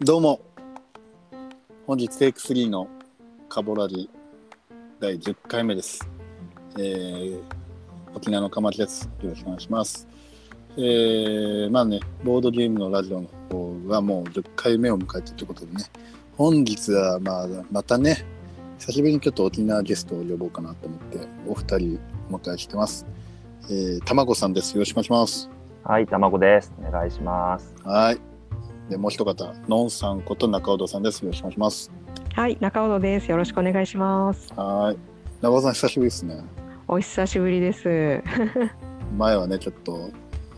どうも本日テイク3のカボラリ第10回目です、えー、沖縄のかまきですよろしくお願いしますえー、まあねボードゲームのラジオの方はもう10回目を迎えてということでね本日はまあまたね久しぶりにちょっと沖縄ゲストを呼ぼうかなと思ってお二人お迎えしてますえー、たまごさんですよろしくお願いしますはい、卵です。お願いします。はいでもう一方のんさんこと中尾堂さんですよろしくお願いしますはい、中尾野です。よろしくお願いします。はーい。長尾さん久しぶりですね。お久しぶりです。前はねちょっと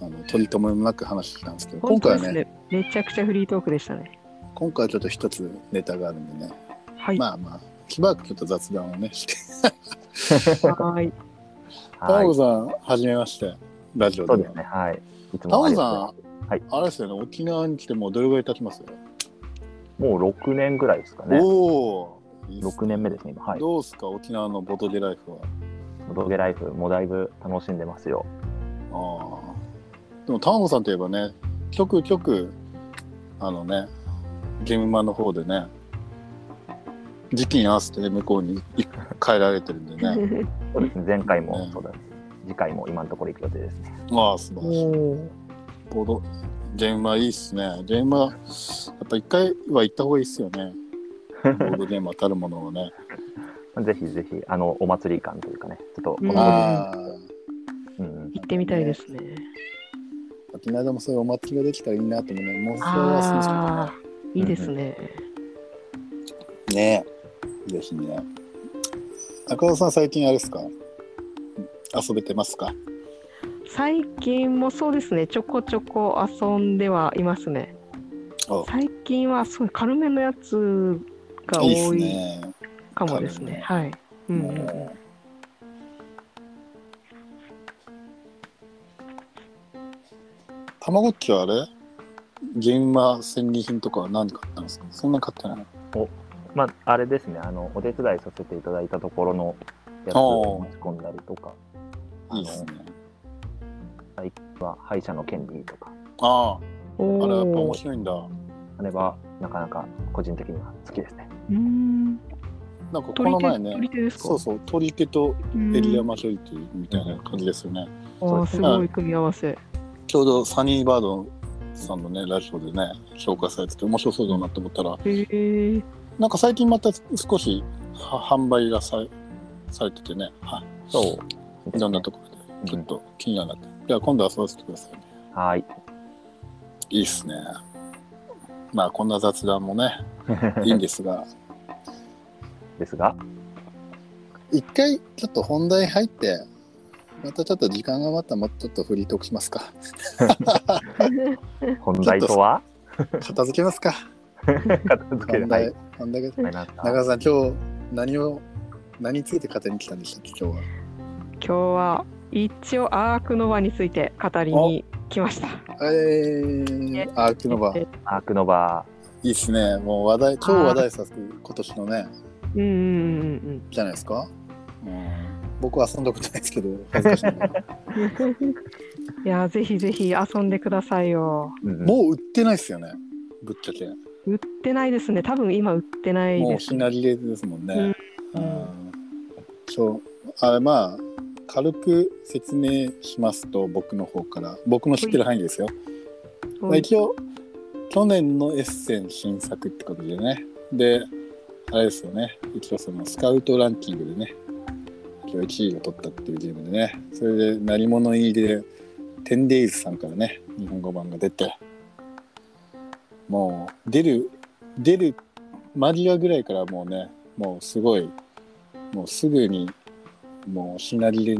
あの取り留めもなく話してきたんですけど、今回本当はですねね、めちゃくちゃフリートークでした ね。今回はちょっと一つネタがあるんでね、はい、まあまあしばらくちょっと雑談をねして。はい、タはいオ。さんはじめましてラジオそうでではす。ね。はい。いつタもあオりさん、がとはいあれですよね沖縄に来てもうどれぐらい経ちます、うもう6年ぐらいですかね。おお。いいっす6年目ですね、今。はい。どうすか沖縄のボトゲライフは。ボドゲライフ、もうだいぶ楽しんでますよ。ああ。でもタオさんといえばね極極あのねゲームマンの方でね時期に合わせてね向こうにい帰られてるんでねそうですね。前回もねそうだし、次回も今のところ行く予定ですね。まあ素晴らしいボードゲームはいいっすねゲームはやっぱ一回は行った方がいいっすよねボードゲームはたるものをねぜひぜひ、あの、お祭り感というかね、ちょっとこうん の、ああうんうん、行ってみたいですね。沖縄でもそういうお祭りができたらいいなと思うねもうそれはそうですああ、いいですね。けどねねぜひね赤尾さん最近あれっすか遊べてますか最近もそうですね、ちょこちょこ遊んではいますねあ。最近はそう軽めのやつがいいっす多いねかもですね。はい。うんうんうん、もうたまごっちはあれ現場戦利品とかは何買ったんですかそんな買ってないまあ、あれですね、あの、お手伝いさせていただいたところのやつおーを持ち込んだりとか、いいっすねまあ、歯医者の権利とか、あああれやっぱお面お。白いんだあれはなかなか個人的には好きですね。うーん。なんかこ取のり手、前取りね手ですか。そうそう取り手とうんエリアマジョリティみたいな感じですよねああ、すごい組み合わせ。ちょうどサニーバードさんのねラジオでね紹介されてて面白そうだなと思ったらへえ。 なんか最近また少しは販売がさされててねはそう。いろんなところでちょっと気にはなって。じゃあ今度遊ばせてくださいね。はい。いいっすね。まあこんな雑談 もね、いいんですが、ですが、一回ちょっと本題入って、またちょっと時間が余ったらもうちょっとフリートークしますか。本題とは片付けますか。片付ける。本はい題。、本題が。わかりました中田さん、今日何を、何について語りに来たんでしたっけ、今日は。今日は一応アークノヴァについて語りに来ました。えー、アークノバ。えアークノバいいっすね。もう話題、超話題作、今年のね、うんうんうんじゃないですか。うん僕は遊んだことないですけど、恥ずかしいながら。うん。い やぜひぜひ遊んでくださいよ。ー。うんもう売ってないっすよね。ぶっちゃけ。売ってないですね。多分今売ってないもうです。ひなりれですもんね。ううんんそう。あれまあ軽く説明しますと僕の方から僕の知ってる範囲ですよ。まあ、はい一応去年のエッセン新作ってことでね。であれですよね一応そのスカウトランキングでね今日1位を取ったっていうゲームでねそれで鳴り物入りで 10days さんからね日本語版が出てもう出る出る間際ぐらいからもうねもうすごいもうすぐにもうシナリで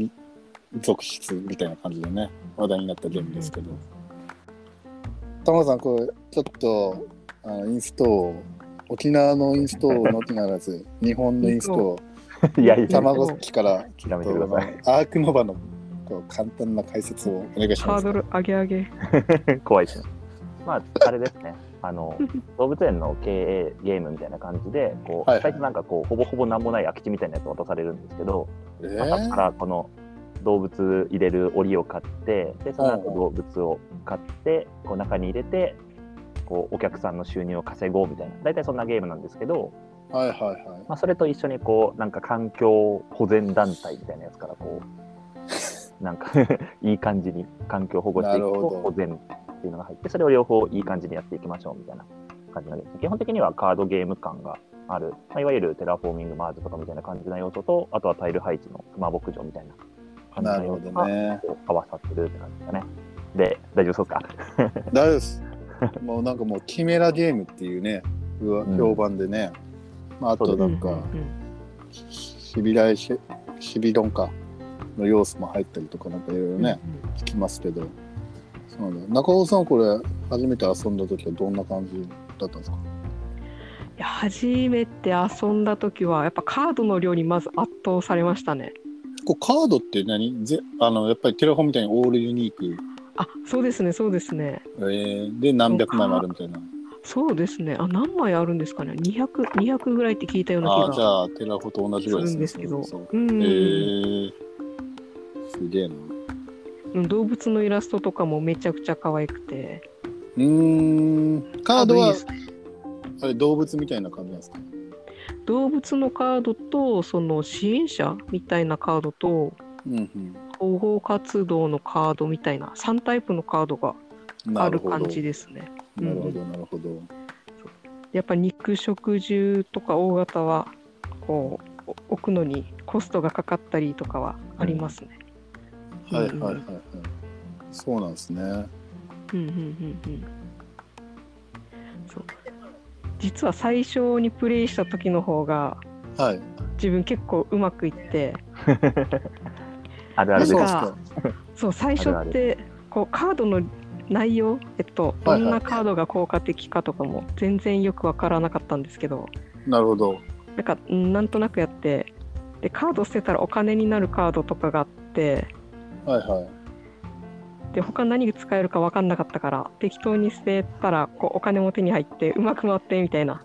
続出みたいな感じでね話題になったゲームですけど玉川さんこれちょっとあのインストを沖縄のインストーのみなら ず日本のインストをいやいや、卵好きから諦アめてください。ークノバのこう簡単な解説をお願いしハまーすド。ル上げ上げ。怖いし、ね。まあ、あれですね。あの、動物園の経営ゲームみたいな感じで、こう、はいはい最初なんかこう、ほぼほぼなんもない空き地みたいなやつ渡されるんですけど、え朝かーらこの動物入れる檻を買って、で、その後動物を買って、こう中に入れて、こうお客さんの収入を稼ごうみたいな大体そんなゲームなんですけど、はいはいはい。まあ、それと一緒にこうなんか環境保全団体みたいなやつからこ うなんか いい感じに環境保護していくなるとほど保全っていうのが入ってそれを両方いい感じにやっていきましょうみたいな感じなので基本的にはカードゲーム感がある、まあ、いわゆるテラフォーミングマーズとかみたいな感じな要素とあとはタイル配置の熊牧場みたいな感じななるほ要ど素がね。こう合わさってるって感じですかね。で大丈夫そうですか大丈夫 です。もうなんかもうキメラゲームっていうね、うわうん評判でね。まああとなんうんかう、んシビライシシビロンかの要素も入ったりとかなんかいろいろうんね、聞きますけど。そうなんだ中尾さんはこれ初めて遊んだ時はどんな感じだったんですかいや初めて遊んだ時はやっぱカードの量にまず圧倒されましたね。こうカードって何ぜあのやっぱりテレフォンみたいにオールユニーク、あそうですねそうですねえーで何百枚もあるみたいな。そうですねあ何枚あるんですかね200 200ぐらいって聞いたようなああ気じがゃあテラフォと同じぐすらいるんでですすね。けどそうそううえんー、すげえな。動物のイラストとかもめちゃくちゃ可愛くてうーんカードあいいはですねあれ動物みたいな感じなんですか動物のカードとその支援者みたいなカードとうん保護活動のカードみたいな3タイプのカードがうんあなるるほど感じですね。なるほどなるほど、やっぱ肉食獣とか大型はこうお置くのにコストがかかったりとかはありますね。はいはういんはいはいそうなんですねうんうんうんうん。そう。実は最初にプレイした時の方がはい自分結構うまくいって、あるあるなでんすそうか。かそう最初あるっあてこうカードの内容、えっとはどいはいんなカードが効果的かとかも全然よくわからなかったんですけど、なるほどなんかうんなんとなくやって、でカード捨てたらお金になるカードとかがあって。はいはいで他何が使えるか分かんなかったから適当に捨てたらこうお金も手に入ってうまく回ってみたいな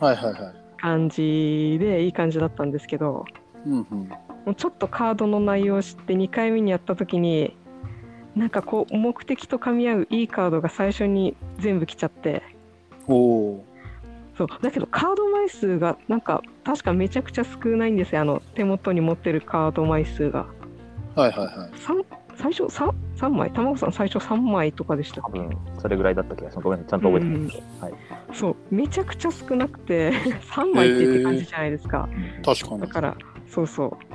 はいはいはい感じでいい感じだったんですけどうんうんもうちょっとカードの内容を知って2回目にやった時になんかこう目的と噛み合ういいカードが最初に全部来ちゃっておおそうだけどカード枚数がなんか確かめちゃくちゃ少ないんですよあの手元に持ってるカード枚数がーはいはいはいさん最初 3, 3枚玉子さん最初3枚とかでした多分それぐらいだった気がします。ごめん、ちゃんと覚えてないですけど。はいそうめちゃくちゃ少なくて 3枚ってって感じじゃないですか、確かにだからそうそう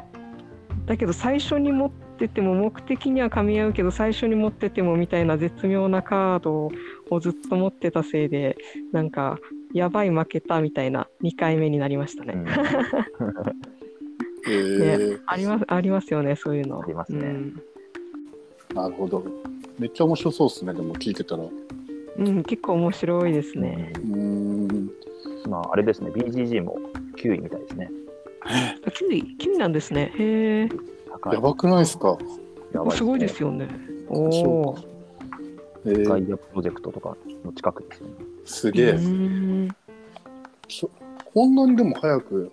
だけど最初に持ってても目的には噛み合うけど最初に持っててもみたいな絶妙なカードをずっと持ってたせいでなんかやばい負けたみたいな2回目になりましたね、うんえーありますありますよねそういうのありますねうんなるほどめっちゃ面白そうですねでも聞いてたらううん結構面白いですね、ーんまあ、あれですね、BGG も9位みたいですね。キウイキウイなんですねへえ高い。やばくないですかやばすごいですよ。よねおそうおかえーガイアプロジェクトとかの近くですよね。すーげえうんそこんなにでも早く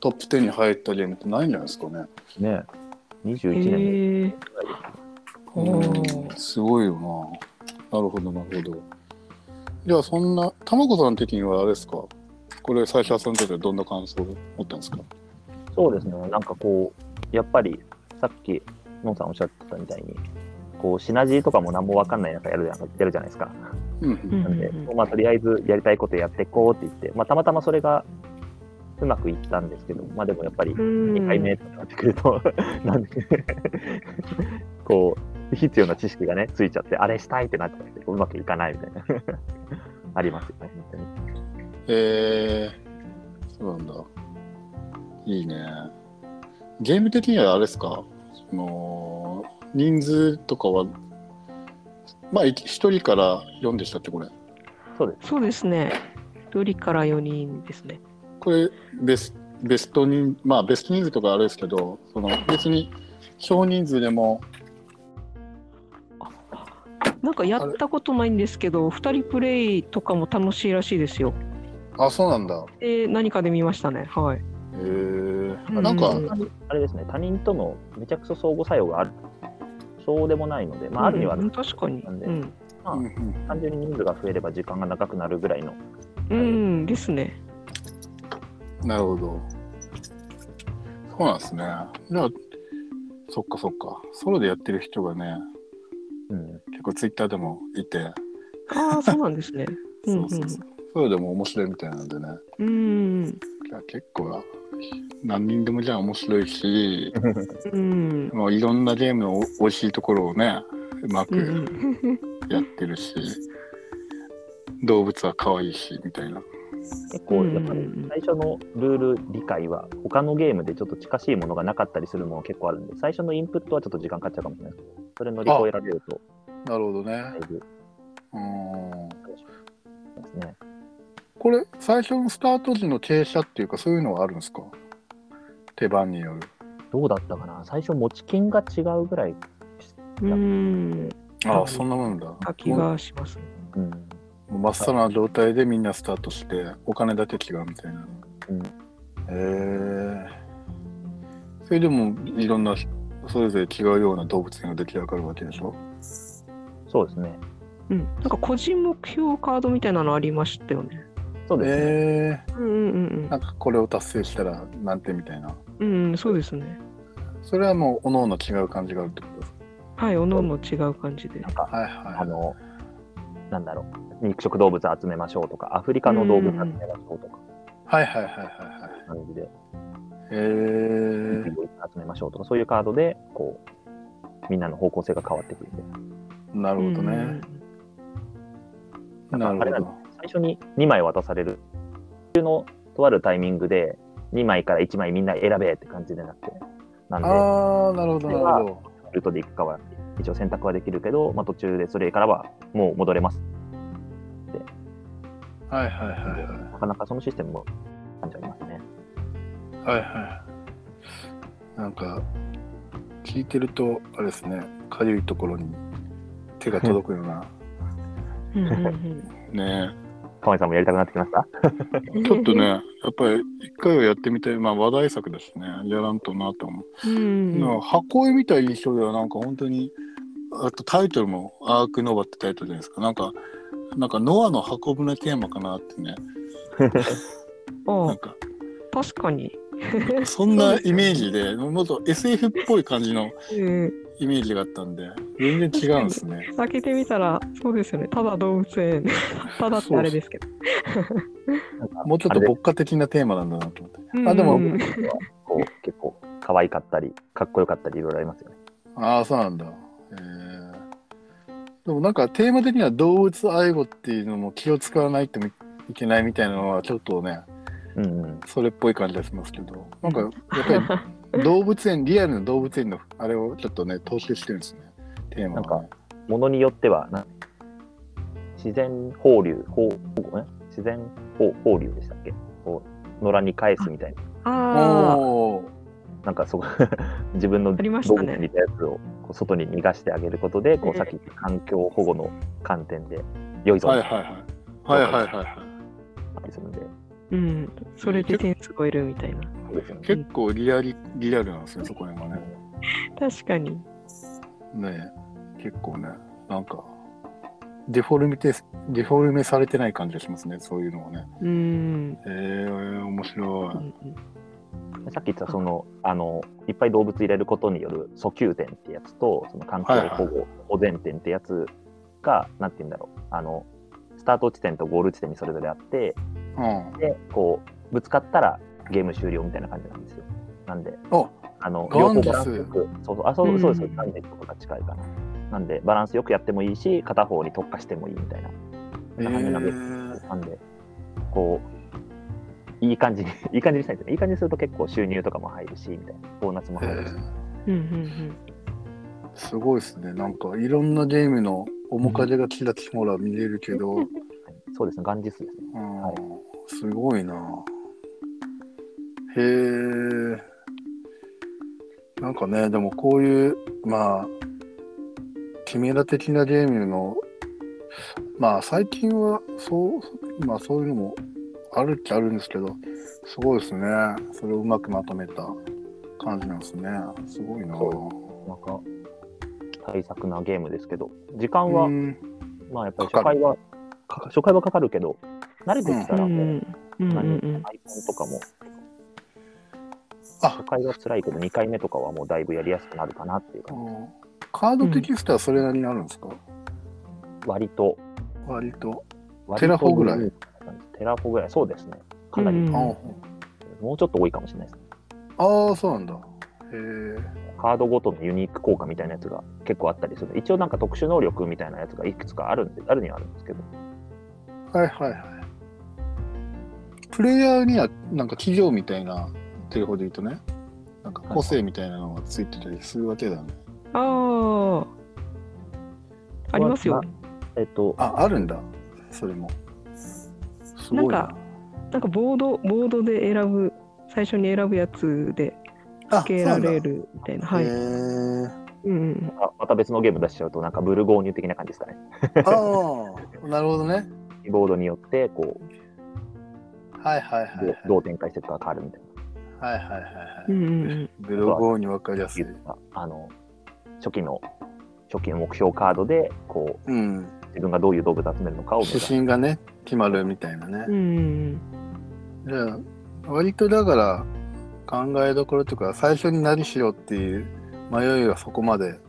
トップ10に入ったゲームってないんじゃないですかね。ねへ21年えぐらいおうんすごいよな。なるほどなるほど。じゃあそんなたまこさん的にはあれですかこれ最初遊んでてどんな感想を持ったんですかそうですね、なんかこう、やっぱりさっき、のんさんおっしゃってたみたいに、こう、シナジーとかも何もわかんない中やるじゃんやるじゃないですか。うんううんんなんで、うんまあ、とりあえずやりたいことやっていこうって言って、まあ、たまたまそれがうまくいったんですけど、まあ、でもやっぱり2回目とかなってくると、 なんで、こう、必要な知識がね、ついちゃって、あれしたいってなっちゃって、こううまくいかないみたいな、 ありますよね、本当に。えー、そうなんだ。いいね。ゲーム的にはあれですかその人数とかはまあい一人から4でしたってこれ。そうです。そうですね。一人から四人ですね。これベスベスト人まあベスト人数とかあれですけどその別に少人数でもなんかやったことないんですけど、二人プレイとかも楽しいらしいですよ。あそうなんだで、何かで見ましたね。はい。へえうんなんかうんあれですね、他人とのめちゃくそ相互作用がある。そうでもないので、まあ、あるにはあるうん確かに。なんでうん。まあ、うんうん単純に人数が増えれば時間が長くなるぐらいの、うんですね。なるほど。そうなんですね。じゃあ、そっかそっか。ソロでやってる人がね、 うん、結構ツイッターでもいて、ああ、そうなんですね。うんうんそうそうそう。ソロでも面白いみたいなんでね。うんいや結構、何人でもじゃあ面白いし、うんもういろんなゲームの美味しいところをね、うまうんうくん。やってるし、動物は可愛いし、みたいな。結構やっぱうりん最初のルール理解は他のゲームでちょっと近しいものがなかったりするもの結構あるんで最初のインプットはちょっと時間かかっちゃうかもしれないですけどそれ乗り越えられるとなるほどねだい。ぶうん。ですねこれ、最初のスタート時の傾斜っていうか、そういうのはあるんですか手番による。どうだったかな最初持ち金が違うぐらい、うん。あうあ、んそんなもんだ。書きがしますね。うんもう真っさらな状態でみんなスタートしてお金だけ違うみたいな、うんへえそれでもいろんなそれぞれ違うような動物園が出来上がるわけでしょそうですねうん。なんか個人目標カードみたいなのありましたよね。そうですね、へえうんうんなんかこれを達成したらなんてみたいなうん。うん、そうですね。それはもう各々違う感じがあるってことですはい、おのおの違う感じでな。んかかはいあはのなんだろう肉食動物集めましょうとかアフリカの動物集めましょうとかいはいはいはいはいはい感じでへえ集めましょうとかそういうカードでこうみんなの方向性が変わってくるんでなるほどうんうねん、なあれなるんほ最初に2枚渡される中のとあるタイミングで2枚から1枚みんな選べって感じでなくてなんどでルああなるほどなるほどートで行くかは一応選択はできるけど、まあ、途中でそれからはもう戻れますはいはいはいはいなかなかそのシステムも感じありますねはいはい。なんか、聞いてると、あれですね、かゆいところに手が届くような、うんう んね河合さんもやりたくなってきましたうえ んちょっとね、。やっぱり一回はやってみたい、まあ話題作だしね、やらんとなと思う。うんうんなんか箱絵みたい印象では、なんか本当に、あとタイトルも、アークノバってタイトルじゃないですか、なんか、なんかノアの箱舟テーマかなってね、なあんか、確かに。そんなイメージで、もっと SF っぽい感じのうんイメージがあったんで、全然違うんですね。開けてみたら、そうですよね。ただ動物園。ただってあれですけど。もうちょっとあれで牧歌的なテーマなんだなと思って。うんうんあでもうんこう結構可愛かったりかっこよかったりいろいろありますよねああ、そうなんだ。えー、でもなんかテーマ的には動物愛護っていうのも気を使わないといけないみたいなのはちょっとね、うんうんそれっぽい感じがしますけど、なんかやっぱ り動物園、リアルな動物園のあれをちょっとね、踏襲してるんですね、テーマが、ね。ものによってはな自然放流放え自然放放流でしたっけこう野良に返すみたいな ああ。おーなんかそこ 自分のありまし動た物ねにいたやつをこう外に逃がしてあげることでこえうえさっき言った環境保護の観点で良いぞはいっはいはい。はいはいはいはたりするんで、うん。それで点数超えるみたいな。そうですよい。ね結構リアリリアルなんですね、そこら辺はね。確かに。ねえ結構ねなんかデフォルメてデフォルメされてない感じがしますねそういうのはねうん。えー、面白うんいさっき言ったそのあのいっぱい動物入れることによる訴求点ってやつとその環境保護保全点ってやつが何て言うんだろうあのスタート地点とゴール地点にそれぞれあってうんでこうぶつかったらゲーム終了みたいな感じなんですよ。なんでおあのガ両ン方デスバランスよくそうそうあそううんそうですガンデスとかが近いかな。なんでバランスよくやってもいいし片方に特化してもいいみたいな。えなんかねなんかー、なんでこういい感じに いい感じにしたいですね。いい感じにすると結構収入とかも入るしみたいなボーナスもえ入るし。ーうんうんすごいですねなんかいろんなゲームの面影がキラキラ見れるけど、 うん、そうですねガンジスですね。はいすごいなへえなんかねでもこういうまあキメラ的なゲームのまあ最近はそうまあそういうのもあるっちゃあるんですけどすごいですねそれをうまくまとめた感じなんですねすごいなそうなかなか大作なゲームですけど時間はうんまあやっぱりかか初回るは、かか初回はかかるけど、慣れてきたうらもう、んうんうんうん、アイコンとかも、あ初回は辛いけど、2回目とかはもうだいぶやりやすくなるかなっていうあ感のカードテキストはそれなりになるんですか、じ、割と、割と。割テとラフォぐらいうんテラフォぐらい、そうですね、かなり、うんあーもうちょっと多いかもしれないですね。あー、そうなんだ。へカードごとのユニーク効果みたいなやつが結構あったりする一応なんか特殊能力みたいなやつがいくつかあるんであるにはあるんですけどえ。はいはいはい。プレイヤーには、なんか企業みたいな、テレフォで言うとね、なんか個性みたいなのがついてたりするわけだね。ああありますよまあえっとあ、あるんだ。それも。すごいなんなか。なんかボードボードで選ぶ最初に選ぶやつであつけられるみたいなそうはい、なんだへうんあまた別のゲーム出しちゃうとなんかブルゴーニュ的な感じですかねえ。ああ、なるほどね。ボードによってこうはいはいはいどうどう展開していくかが変わるみたいはい。はいはいはいはうい。んうんうんブログにわかりやすいな。あの初期の初期の目標カードでこうん。う自分がどういう動物集めるのかを目指指す針がね、決まるみたいなねう。んじゃあ、割とだから、考えどころとか、最初に何しようっていう迷いはそこまで。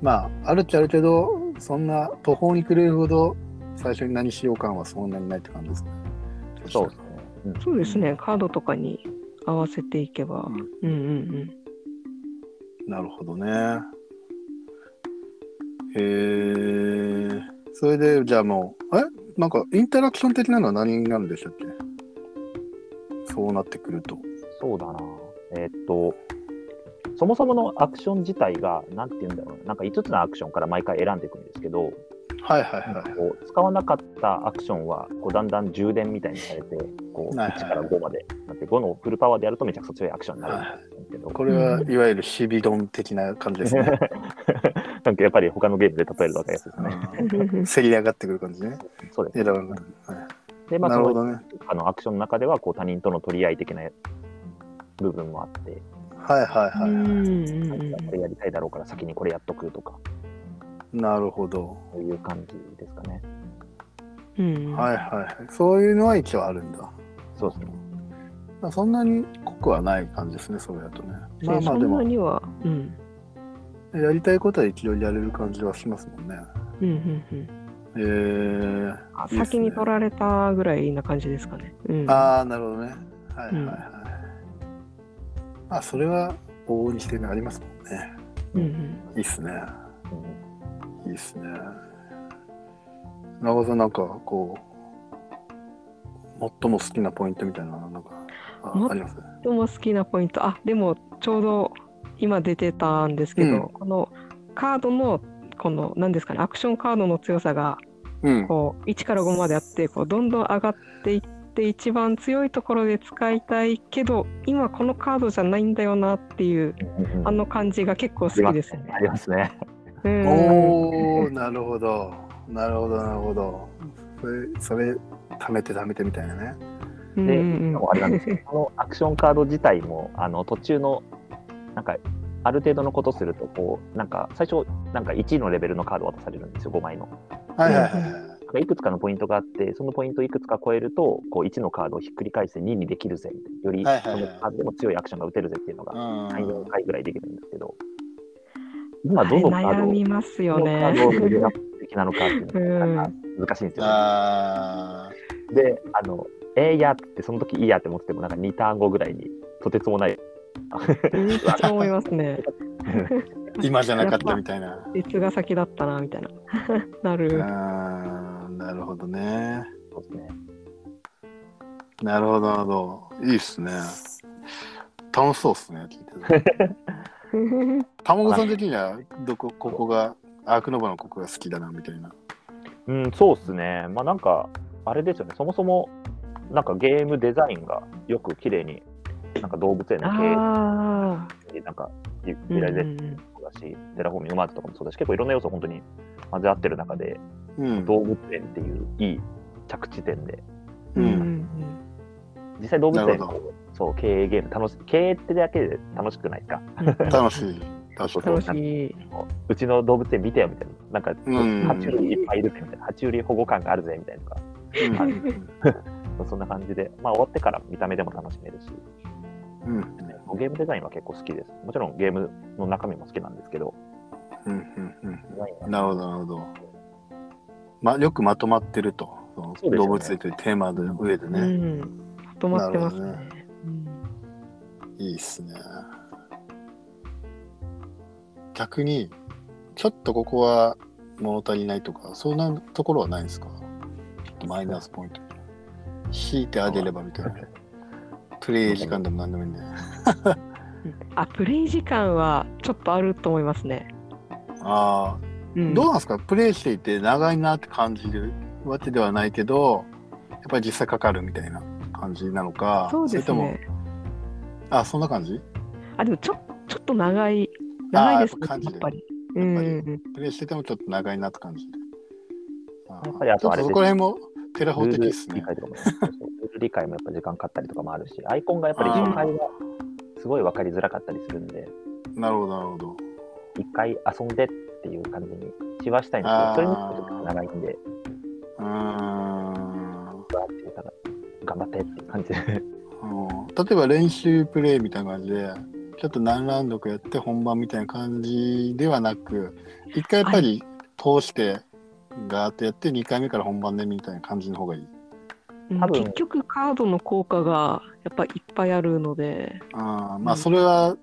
まあ、あるっちゃあるけど、そんな途方に暮れるほど、最初に何しよう感はそんなにないって感じですね。そうですね、うんそうですねカードとかに合わせていけば、うん、うんうんなるほどね。へえ。それで、じゃあもう、えなんかインタラクション的なのは何になるんでしたっけそうなってくると。そうだな。えーっと、そもそものアクション自体が、なんて言うんだろうな、なんか5つのアクションから毎回選んでいくんですけど、はいはいはこう使わなかったアクションはこうだんだん充電みたいにされて、こうはいはい1から5までなって、5のフルパワーでやるとめちゃくちゃ強いアクションになるんですけど、い。これはいわゆるシビドン的な感じです ね。なんかやっぱり他のゲームで例えるわけですよね。うんせり上がってくる感じね。そうです。選ばなくてで、まあ、なそるほのどね。あのアクションの中ではこう他人との取り合い的な部分もあって、はいはいはういはんうんうんこれやりたいだろうから先にこれやっとくとか、い。なるほど。そういう感じですかね。うんはいはいはい。そういうのは一応あるんだ。そうですね。まあそんなに濃くはない感じですね、それだとね。ねまあまあでそんなも、には、うん、やりたいことは一応やれる感じはしますもんね。うんうんうんえー、いいあっすね先に取られたぐらいな感じですかね。うん、ああ、なるほどね。はいはいはい。まあ、それは往々にしてありますもんね。うんうん、いいっすね。うんいいっすね。長尾さん、なんかこう、最も好きなポイントみたいなのなんかあもありますでも好きなポイントあでもちょうど今出てたんですけど、うんこのカードのこの何ですかねアクションカードの強さがうん。こう1から5まであってこうどんどん上がっていって一番強いところで使いたいけど今このカードじゃないんだよなっていうあの感じが結構好きですね。ありますね。うんおおなるほど。なるほど、なるほど。それ、それ、貯めて貯めてみたいなね。うんで、 うんうんあれなんですよ。このアクションカード自体も、あの途中の、なんか、ある程度のことすると、こう、なんか、最初、なんか1位のレベルのカード渡されるんですよ、5枚の。はいはいはいはい。なんかいくつかのポイントがあって、そのポイントをいくつか超えると、こう、1のカードをひっくり返して2にできるぜ、みたいなより、はいはいはいそのカードでも強いアクションが打てるぜっていうのうが、ん3、4回ぐらいできるんですけど、今、どのカあれー悩ドを、みますよどのカードね。をレベルアップ的なのかっていうのが、なんか難しいんですよね。ああ。で、あの、えー、いやって言って、その時いいやって思ってても、なんか2ターン後ぐらいに、とてつもない、めっちゃ思いますね。今じゃなかったみたいな。実が先だったなみたいな なる、あーなるほどね。そうですね。なるほど、なるほど。いいっすね。楽しそうっすね、聞いてて。卵さん的には、どこ、ここが、アークノバのここが好きだな、みたいな。うん、そうですね。まあなんか、あれですよね、そもそも、なんかゲームデザインがよく綺麗に、なんか動物園の経ああ営になんか、ゆうゆんらうれてるんだし、テラフォーミングマークとかもそうだし、結構いろんな要素本当に混ぜ合ってる中で、うん。動物園っていういい着地点で、ううんうんん。実際動物な園るほどこうそう、経営ゲーム楽し、経営ってだけで楽しくないですか。うん楽しい。確かに楽しい。うちの動物園見てよみたいな、なんか、うん爬虫類いっぱいいるぜみたいな、爬虫類保護官があるぜみたいなとか、うんそんな感じで、まあ、終わってから見た目でも楽しめるし、うんゲームデザインは結構好きです。もちろんゲームの中身も好きなんですけど、うんうんデザインうはんなるほどなるほど、ま、よくまとまってるとそのそうですよね動物園というテーマの上でうね、ん。まとまってますねなるほど。いいっすね逆にちょっとここは物足りないとかそんなところはないんですかちょっとマイナスポイント引いてあげればみたいなプレイ時間でも何でもいいんでうんあ、プレイ時間はちょっとあると思いますね。ああうんどうなんですかプレイしていて長いなって感じるわけではないけどやっぱり実際かかるみたいな感じなのかそうですれね。ともあそんな感じあ、でもちょちょっと長い。長いですねあーやっぱ感じやるっぱり。うやっんぱりうんプレイしててもちょっと長いなって感じあーやっぱりあとあれちょですっそこら辺もテラフォル的でーすルね理解とかも、そうそうルール理解もやっぱ時間かかったりとかもあるし、アイコンがやっぱり初回はすごい分かりづらかったりするんで、なるほどなるほど一回遊んでっていう感じにしはしたいんですけあーど、それにちょっと長いんで、うーんわーって言ったら頑張ってっていう感じで。あの例えば練習プレイみたいな感じでちょっと何ラウンドかやって本番みたいな感じではなく一回やっぱり通してガーッとやって2回目から本番でみたいな感じの方がいい。うん多分結局カードの効果がやっぱいっぱいあるので、あーまあうんそれは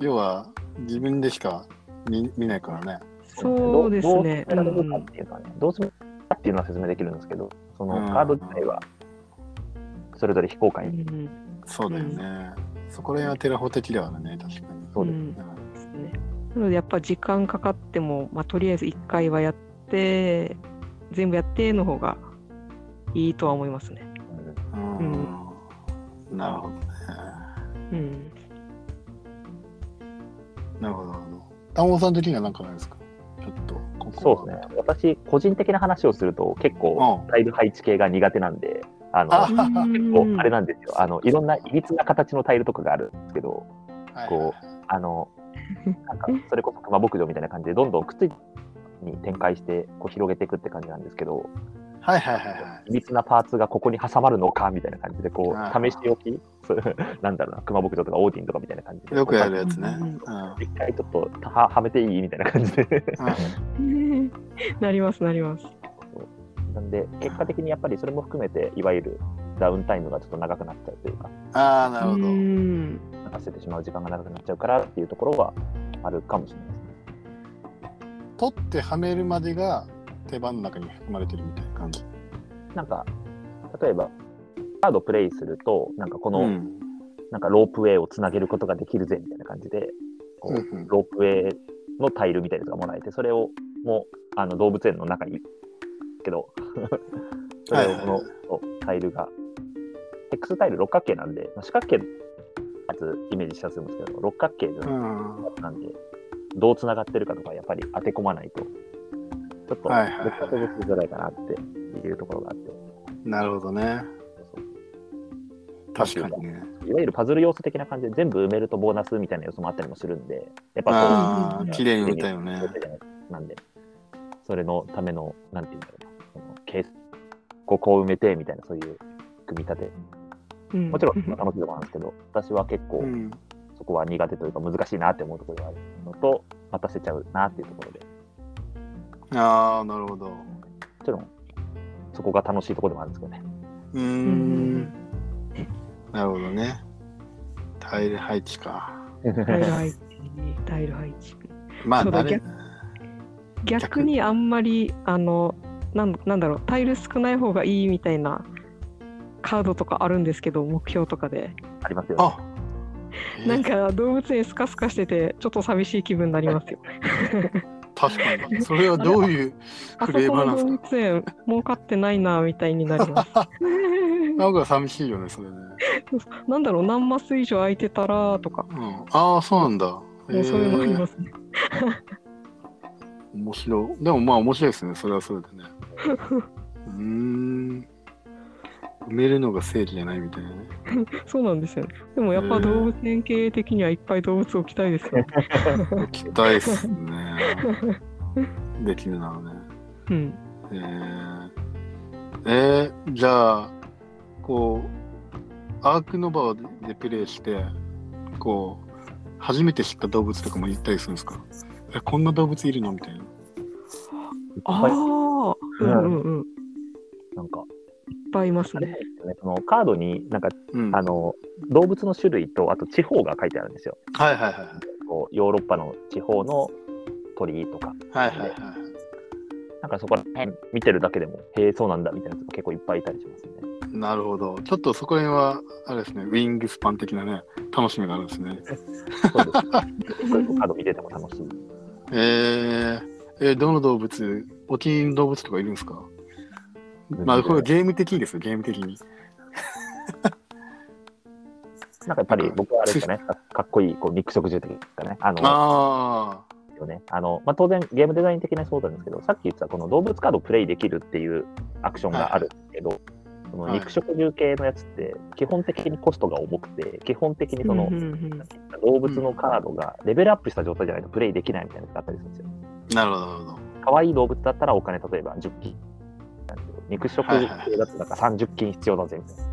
要は自分でしか見見ないからね。そうですね。うどうどう進められるんかっていうかね、どう進められるかっていうのは説明できるんですけど、そのうんカード自体はそれぞれ非公開うに、んそうだよね。そこら辺はテラフォ的ではね確かに。そうでうす。んうんですね。なのでやっぱ時間かかっても、まあ、とりあえず1回はやって全部やっての方がいいとは思いますね。うんなるほどね。うん、なるほどなるほど。単語さん的には何かないですかちょっとここそはうですね。私、個人的な話をすると、結構う、んタイル配置系が苦手なんで、あの、あこうあれななんですよ。あの、いろんないびつな形のタイルとかがあるんですけど、はいはいこあ の、なんか、それこそ熊牧場みたいな感じで、どんどんくっついに展開して、こう広げていくって感じなんですけど、はいはいはいはい。いびつなパーツがここに挟まるのかみたいな感じで、こあう、ー試しておき、 そうなんだろうな、熊牧場とかオーディンとかみたいな感じで。よくやるやつね。ううんん。あ一回ちょっとははめていいみたいな感じで なりますなります。なんで結果的にやっぱりそれも含めていわゆるダウンタイムがちょっと長くなっちゃうというかあー、なるほうど。ん泣かせてしまう時間が長くなっちゃうからっていうところはあるかもしれないですね。取ってはめるまでが手番の中に含まれてるみたいな感じ。なんか例えばカードプレイするとなんかこの、うん。なんかロープウェイをつなげることができるぜみたいな感じでこう、うんうんロープウェイのタイルみたいなのがもらえてそれをもうあの動物園の中にけどそれをこの、はいはいタイルが X タイル六角形なんで、まあ、四角形のやつイメージしたと思うんですけど六角形じゃなくてうん。なんで、どうつながってるかとか、やっぱり当て込まないと、ちょっと、はいはいはいぶっ立てずつづらいかなっていうところがあって、なるほどね。確かにね。いわゆるパズル要素的な感じで、全部埋めるとボーナスみたいな要素もあったりもするんで、やっぱああ、綺麗に見たよねこ。う、なんで、それのための、なんていうんだろうな、そのケース、ここを埋めてみたいな、そういう組み立て、うんもちろん楽しいところなんですけど、私は結構う、ん。そこは苦手というか、難しいなって思うところがあるのと、待たせちゃうなっていうところで。ああ、なるほど。うもちろん、そこが楽しいところでもあるんですけどね。ー。うんんなるほどね。タイル配置か。 タイル配置タイル配置。まあ、そうだ慣れ逆にあんまりあのなんなんだろうタイル少ない方がいいみたいなカードとかあるんですけど目標とかで ありますよ、ね。あなんか動物園スカスカしててちょっと寂しい気分になりますよ確かに。それはどういう クあそこレーマーなのんですか動物園儲かってないなみたいになります なんか寂しいよね、それね。なんだろう何マス以上空いてたらとかうん。ああ、そうなんだ。そういうのありますね、 面白いでもまあ面白いですねそれはそれでねうーん埋めるのが正義じゃないみたいな ね。そうなんですよね。でもやっぱ動物園系的にはいっぱい動物置きたいですよ。行きたいっすね。できるならね。うん。えー、えーじゃあ、こう、アークノバでプレイして、こう、初めて知った動物とかも言ったりするんですかえ、こんな動物いるのみたいな。ああ、うんうんうん。いっなんか、ぱいいますあれなね ん。ですよね、そのカードになんか、うん。あはいの、動物の種類と、あと地方が書いてあるんですよ。はいはいはい。こうヨーロッパの地方の鳥とか、はいはいはい。なんかそこら辺見てるだけでも、へえ、そうなんだみたいなやつが結構いっぱいいたりしますね。なるほど。ちょっとそこら辺は、あれですね、ウィングスパン的なね、楽しみがあるんですね。そうですそういうカード見てても楽しい。えー、えーどの動物、お気に入りの動物とかいるんですかまあ、これゲーム的にですよ、ゲーム的に。なんかやっぱり僕はあれですかね、かかっこいいこう肉食獣的ですかね。あのああ、よねあのまあ、当然、ゲームデザイン的なそうなんですけど、さっき言ってたこの動物カードをプレイできるっていうアクションがあるんですけど、そのはい肉食獣系のやつって、基本的にコストが重くて、基本的にそのうんうんうん動物のカードがレベルアップした状態じゃないとプレイできないみたいなのがあったりするんですよ。なるほど、なるほど。可愛い動物だったらお金、例えば10金なんですけど、肉食獣系だったらなんか30金必要だぜみたいな。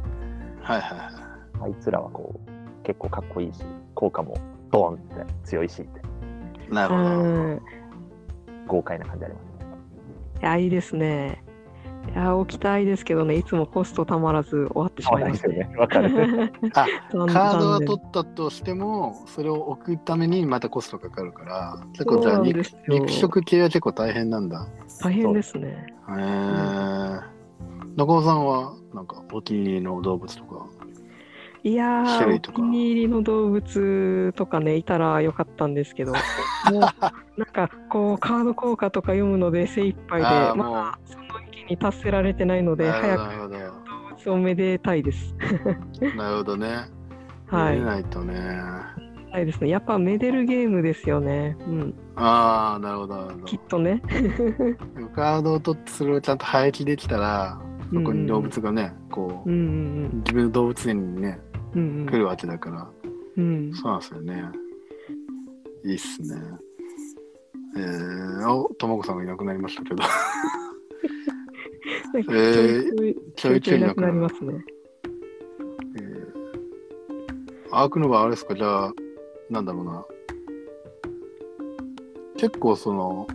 はいはいはあいつらはこう結構かっこいいし、効果もドーンって強いしって、い。なるほどなるほど。うん。豪快な感じありますね。いや、いいですね。いや、置きたいですけどね、いつもコストたまらず終わってしまいますね。ね。わかる。あ残カードは残念取ったとしても、それを置くためにまたコストかかるから、結そ構うじゃあなん肉ですよ肉食系は結構大変なんだ。 大変ですね。へえ中尾さんは、なんかお気に入りの動物とか。いや種ー、お類とか気に入りの動物とかね、いたらよかったんで すけど、もうなんかこう、カード効果とか読むので精一杯で、あーもうまだその域に達せられてないので、なる早ほくど、なる動物をめでたいです。ほど。なるほどね。は見いれ、ないとね。ないですね。やっぱめでるゲームですよね。うん、ああ、なるほど、なるほきっとね。ど。カードを取ってそれをちゃんと廃棄できたら、そこに動物がね、こうう、んうん自分の動物園にね、うんうん来るわけだから。うんそうなんですよね。いいっすね。えー、おともこさんがいなくなりましたけ ど、なんえかちょいーちょいちょいちょいいなくなりりま。ますすね。えー、アークノバあれですか、じゃあ、なんだろうな。結構その、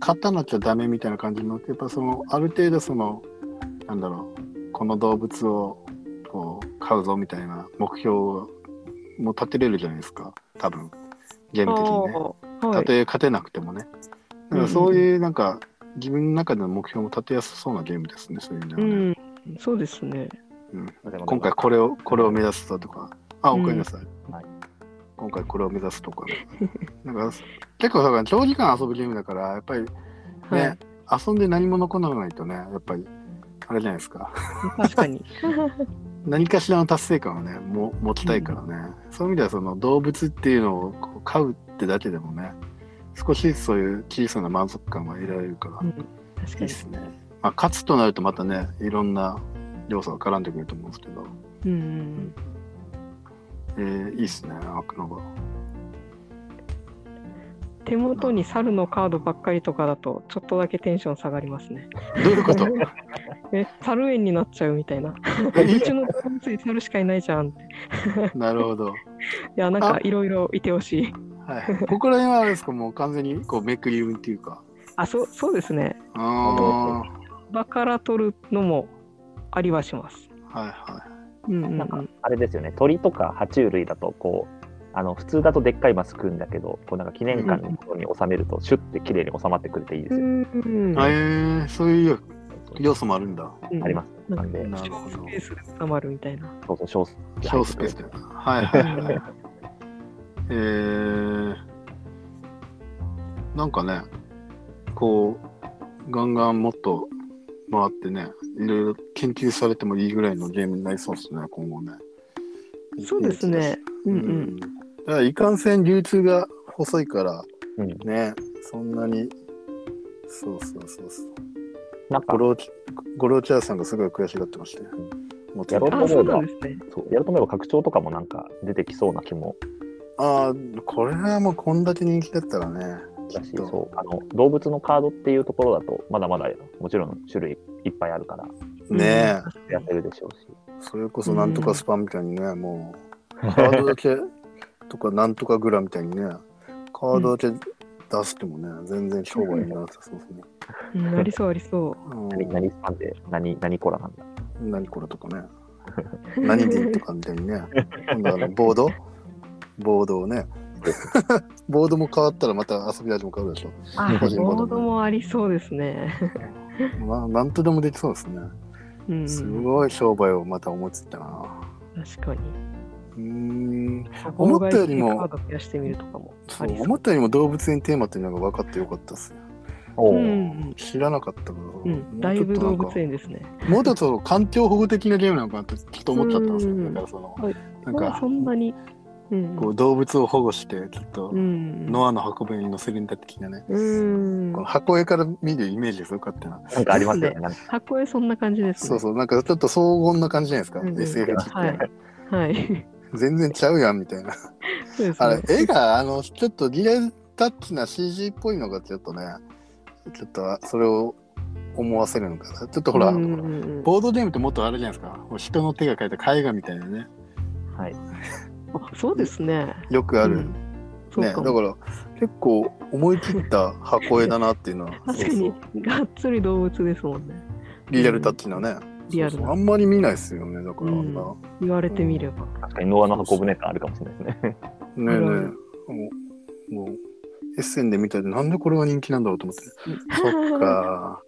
勝たなきゃダメみたいな感じの、やっぱその、ある程度その、なんだろう、この動物をこう買うぞみたいな目標も立てれるじゃないですか、多分、ゲーム的にね。あーはたい。とえ勝てなくてもね。だからそういうなんか、自分の中での目標も立てやすそうなゲームですね、そういう意味でうはね、ん、そうですね。うん今回これをこれを目指すぞとか、あ、おかえりなさい。うんはい今回これを目指すとか、なんか結構だから長時間遊ぶゲームだから、やっぱりね、はい。遊んで何も残らないとね、やっぱりあれじゃないですか。確か に。何かしらの達成感をねも持ちたいからね、そういう意味ではその動物っていうのをこう飼うってだけでもね少しずつそういう小さな満足感が得られるから、ういん確いかでに。すね、まあ、勝つとなるとまたねいろんな要素が絡んでくると思うんですけど、うんうんえー、いいですね悪の場うん。手元に猿のカードばっかりとかだと、ちょっとだけテンション下がりますね。どういうこと え、猿園になっちゃうみ たいな。えうちの動物に猿しかいないじゃんって。いなるほど、はや、なんかあいろいろいてほしい。い、ここら辺はあれですかもう完全にこうめくり運っていうかあ、そう、そうですね。ああはい場から取るのもありはします。はうんうんうなんかん。あれですよね、鳥とか爬虫類だとこうあの普通だとでっかいマス食うんだけど、こうなんか記念館のところに収めると、シュッて綺麗に収まってくれていいですよ、ねうんい、えー、そういうそう要素もあるんだうんあります、うんなんで、なるほスどペースで収まるみたいな。そうそう、小ス小スペースではいはいはいえー、なんかね、こう、ガンガンもっと回ってね、いろいろ研究されてもいいぐらいのゲームになりそうですね、今後ね。そうですね。いうんいうんやつです。うん。だから、いかんせん流通が細いから、うんね、そんなに、そうそうそうそう。なんかゴ、ロゴロチャーさんがすごい悔しがってましたよ。持ってやろうとああ、思そううななんですね。そうやると思えば拡張とかもなんか出てきそうな気もあー、これはもうこんだけ人気だったらね。だし、きっとそうあの動物のカードっていうところだと、まだまだもちろん種類いっぱいあるから、ねやってるでしょうし、え、それこそなんとかスパみたいにね、もう、カードだけとかなんとかグラみたいにね、カードだけ出してもね、全然商売にならなさそうですね。うんなりそうありそ 何うん何スパンで何何コラなんだ。何これとかね、う。何でとかみたいにね、今度あのボードボードをね、 ボードも変わったらまた遊び味も変わるでしょ。あ、個人ボードもありそうですね。まあ、なんとでもできそうですね。うん、すごい商売をまた思いついたな。確かに。うーん、思思っったたよよりりも。もカード増やしてみるとかもそありうそう。思ったよりも動物園テーマっていうのが分かってよかったっすね。おうんー知らなかったから。もう、うんちだいょっとぶな動んか物園ですね。もうちょっと環境保護的なゲームなのかなってきっと思っちゃったんですよ。うだんからその、はいなんまあかそんなに。うん、こう動物を保護してちょっとうん、ノアの箱舟に乗せるんだ的なね、うんこの箱絵から見るイメージですよかってな。なんかありますよね。なんか箱絵そんな感じですね。そうそうなんかちょっと荘厳な感じじゃないですか。うん SF 的って、はい。 はい。全然ちゃうやんみ たいな。そうですあねれ。絵があのちょっとリアルタッチな CG っぽいのがちょっとねちょっとそれを思わせるのかなちょっとほら、うんうんうんボードゲームってもっとあれじゃないですかもう人の手が描いた絵画みたいなねはい。あそうですね。よくある、うんそうねだかかも。ら結構思い切った箱絵だなっていうのは 確かそうにそう、がっつり動物ですもんね。リアルタッチのね、リアルそなうそうあんまり見ないですよねだからあんな、うん言われてみれば。確かにノアの箱舟感あるかもしれないですね。ねえねえ、うんもうもうエッセンで見たでなんでこれが人気なんだろうと思ってそっ か。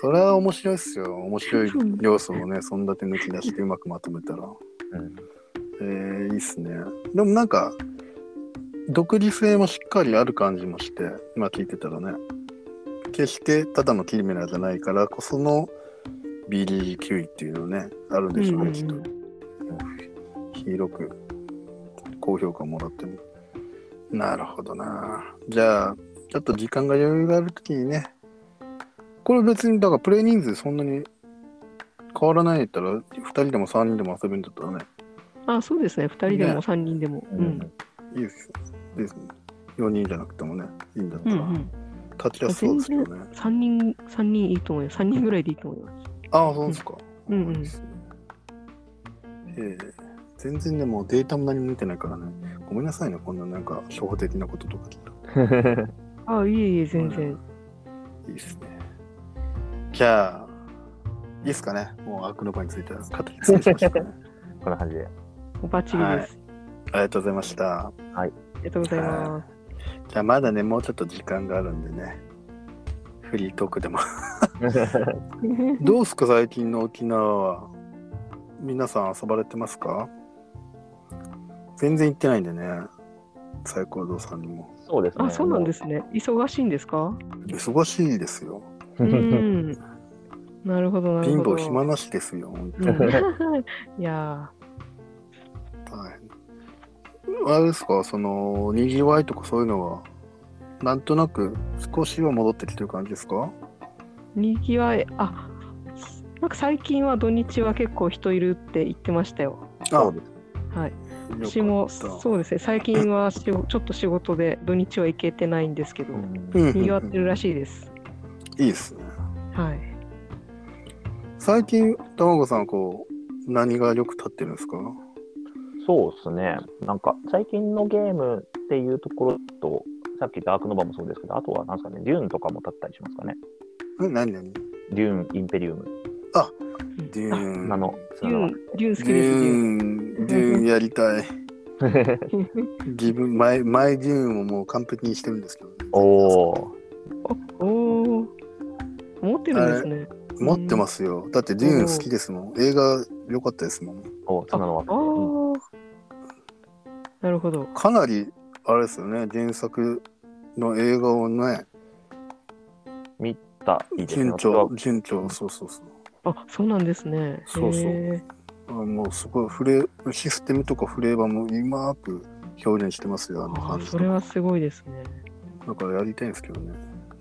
それは面白いっすよ。面白い要素をね、そんだけ抜き出してうまくまとめたら。うんえー、いいっすね。でもなんか、独自性もしっかりある感じもして、今聞いてたらね。決してただのキリメラじゃないからこその BD9 位っていうのね、あるんでしょうね、うんきっと。広く高評価もらっても。なるほどな。じゃあ、ちょっと時間が余裕があるときにね、これ別に、だからプレイ人数そんなに変わらないんだったら、2人でも3人でも遊べるんだったらね、あ、そうですね。二人でねも三人でも。ううん ん。いいですよ。いいですね。4人じゃなくてもね、いいんだったうんうら、ん。立ちやすそうですけどね。三人、三人いいと思います。三人ぐらいでいいと思います。ああ、そうですか。うんいうんいですねええ全然でもデータも何も見てないからね、ごめんなさいね、こんななんか初歩的なこととか聞いたらあ、いえいえ、全然。いいですね。じゃあ、いいですかね。もう悪の場については語り尽くしま したね。こんな感じで。バッチリです。ありがとうございました。ありがとうございます。じゃあ、まだね、もうちょっと時間があるんでね。フリートークでも。どうすか、最近の沖縄は。皆さん遊ばれてますか全然行ってないんでね。最高堂さんにも。そうですね。あ、そうなんですね。忙しいんですか忙しいですよ。うもう。 ん。なるほど、なる貧ほど。乏暇なしですよ。本当うんいやはい。あれですか、その、にぎわいとかそういうのは、なんとなく少しは戻ってきてる感じですかー、にぎわい、あなんか最近は土日は結構人いるって言ってましたよ。そうですはよい、かった私もそうですね、最近はしごちょっと仕事で土日は行けてないんですけど、うんうんうんにぎわってるらしいです。いいですね。はい、最近、卵さんはこう、何がよく立ってるんですかそうですね。なんか、最近のゲームっていうところと、さっきダークノバもそうですけど、あとはなんですかね、デューンとかも立ったりしますかね。ん何何デデューン、インペリウム、ュあーン。砂の、デ砂ューのン、デューン好デきです。ューデン、デューンやりたい。 中。ューン自分、前、前デューンをもう完璧にしてるんですけど、ね。おー。 おお、持ってるんですね。持ってますよ。だってデューン好きですもん。映画良かったですもん。お砂のああは。ー、なるほど。かなりあれですよね原作の映画をね見た、いいですね。順私は調順調そうそうそうあ、そうなんですね。そうそうへあもうすごいフレシステムとかフレーバーもうまく表現してますよーあの感あ、じそれはすごいですね。だからやりたいんですけどね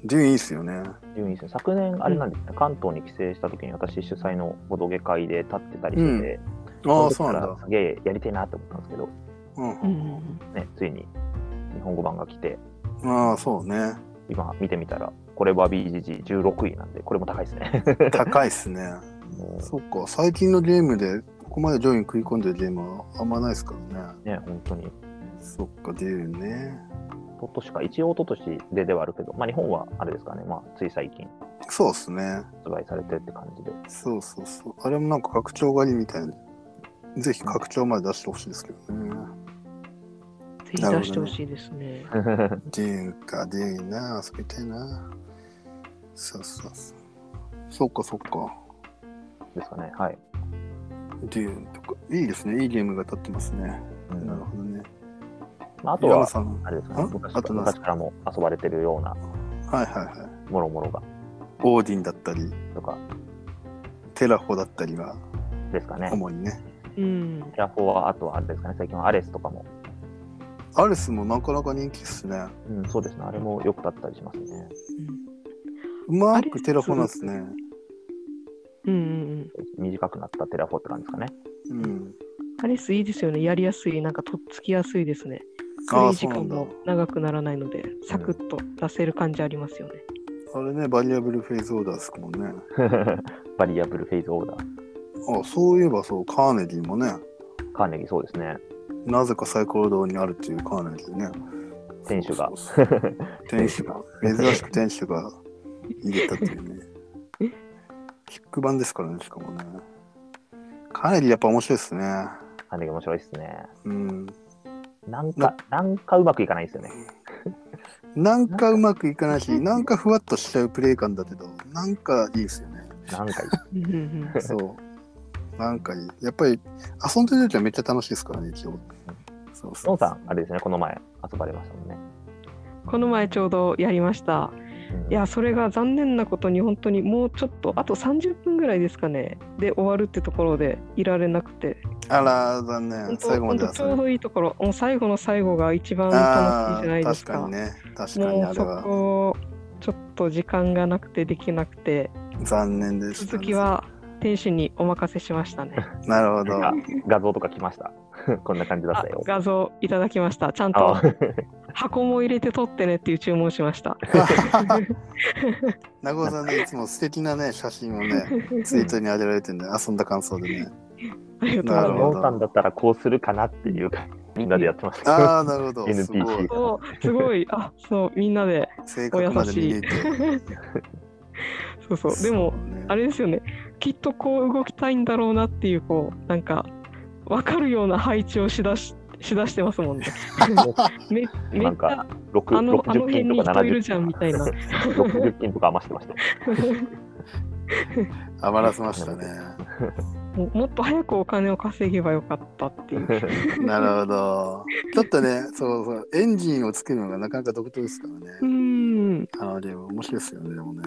デューンいいっすよね。順位ですね昨年、あれなんですね、関東に帰省したときに私主催のボドゲ会で立ってたりしてて、ああ、そそうのなん時からだ。すげえやりてえなと思ったんですけど、うんう。んね、ついに日本語版が来て、ああ、そうね。今見てみたら、これは BGG16 位なんで、これも高いです ね。高いっすね。もそっか、最近のゲームで、ここまで上位に食い込んでるゲームはあんまないですからね。うね、本当に。そっか、デューンね。一昨年か、一応一昨年でではあるけど、まあ日本はあれですかね、まあつい最近そうっすね。発売されてって感じで。 そうそうそう。あれもなんか拡張狩りみたいな。ぜひ拡張まで出してほしいですけどね。ぜひ出してほしいですね。デューンか、デューンな、遊びたいな。そうそうそう。そっかそっか。ですかね、はい。デューンとか。いいですね。いいゲームが立ってますね。うんなるほどね。まあ、あと山は、さん。あれですかねん、昔あとなんです昔からも遊ばれてるような、はいはいはい。もろもろが、オーディンだったり、とかテラフォだったりは、ですかね。主にね。うん。テラフォは、あとはあれですかね、最近はアレスとかも、アレスもなかなか人気っすね。うん、そうですね、あれもよく立ったりしますね。うまくテラフォなんですね。うんうんうん。短くなったテラフォって感じですかね。うん。アレスいいですよね。やりやすい、なんかとっつきやすいですね。プあレあ、イそ時うな間んだ。も長くならないので、サクッと出せる感じありますよね。あれね、バリアブルフェイズオーダーですもんね。 バリアブルフェイズオーダー。あそういえばそう、カーネギーもね、カーネギー、そうですね。なぜかサイコロ堂にあるっていうカーネギーね。店主がそうそうそう。店主が、珍しく店主が入れたっていうね。 キック版ですからね、しかもね。カーネギーやっぱ面白いですね。カーネギー面白いですね。うん。なんか、なんかうまくいかないですよね。なんかうまくいかないし、なんかふわっとしちゃうプレイ感だけど、なんかいいですよね。なんかいい、うんうんそう。なんかいい。やっぱり、遊んでる時はめっちゃ楽しいですからね、一応。そうノそうンさん、あれですね、この前遊ばれましたもんね。 この前ちょうどやりました。うんいや、それが残念なことに、本当にもうちょっと、あと30分ぐらいですかね、で終わるってところでいられなくて、あら、残本念。当最後まで本当ちょう遊どいいところ、もう最後の最後が一番楽あしいじゃなーいで確すかか。にね。確かに、もあうれそはこ、ちょっと時間がなくてできなくて、残念でした、続き。は店主にお任せし ましたね。なるほど。なんか画像とか来ました。 こんな感じだっあたよ。画像いただきました。ちゃんとあ箱も入れて撮ってねっていう注文しました。 名古屋さんね、いつも素敵なね、写真をね、ツイートに上げられてるんで、遊んだ感想でね。ありがとうござないるますほどノンさんだったらこうするかなっていうか、みんなでやってましたけど。ああ、なるほ ど。すごい NPC。おすごい、あそう、みんなで、性格まで見れて。そうそう、でも、あれれですよね、きっとこう動きたいんだろうなっていう、こう、なんか、分かるような配置をしだししだしてますも んね。めめなっんちゃか、6あのあ60の辺金にとか人いる70じゃん金みとたいなか。60金と か余してましたよ。余らせましたね。も もっと早くお金を稼げばよかったっ ていう。 なるほど。ちょっとね、そうそう、エンジンをつけるのがなかなか独特ですからうーね。ん、あの、でも面白いですよね、でもね。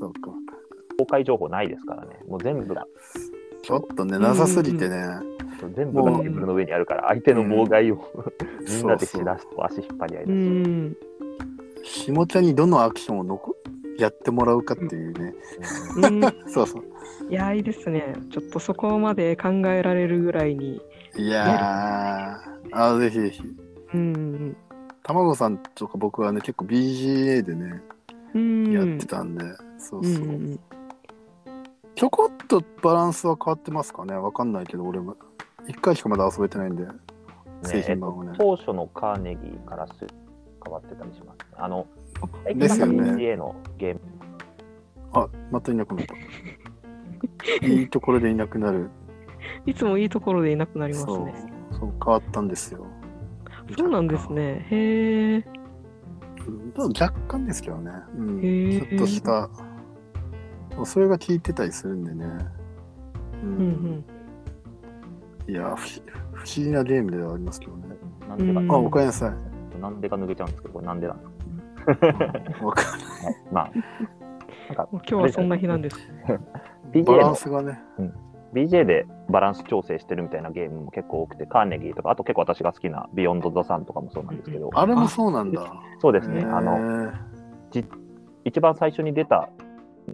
そうか。公開情報ないですからね。もう全部が、ちょっとね、なさすぎてね。全部がテーブルの上にあるから、相手の妨害をみんそなうでしそう。だすと足引っ張り合いうだし。ん、下茶にどのアクションをのこやってもらうかっていうね。うん。そうそう。いや、いいですね。ちょっとそこまで考えられるぐらいに。いやー、あぜひぜひ。うん、卵さんとか僕はね、結構 BGA でね、うん。やってたんで、そううそう。ん、ちょこっとバランスは変わってますかねわかんないけど、俺も。一回しかまだ遊べてないんで、製ねえっ品版とをね。当初のカーネギーからす変わってたりします。あの、最で近なんすかよね PGA のゲーム、あ、またいなくなっ た。いいところでいなくなる。いつもいいところでいなくなりますそうね。、そう変わったんですよ。そうなんですね。へえ。うん。でも若干ですけどね。うん。へちょーっとした。でもそれが効いてたりするんでね。ううんうんん。。いや不思、不思議なゲームではありますけどね。なんでか、うんあ、おかえりなさい。なんでか抜けちゃうんですけど、これなんでなんですわかか、ね、まあ、なんかもう今日はそんな日なんです。る BGA バランスがね。 BJ でバランス調整してるみたいなゲームも結構多くて、カーネギーとか、あと結構私が好きなビヨンド・ザ・サンとかもそうなんですけど、あれもそうなんだ。そうですね、あの、の。じ一番最初に出た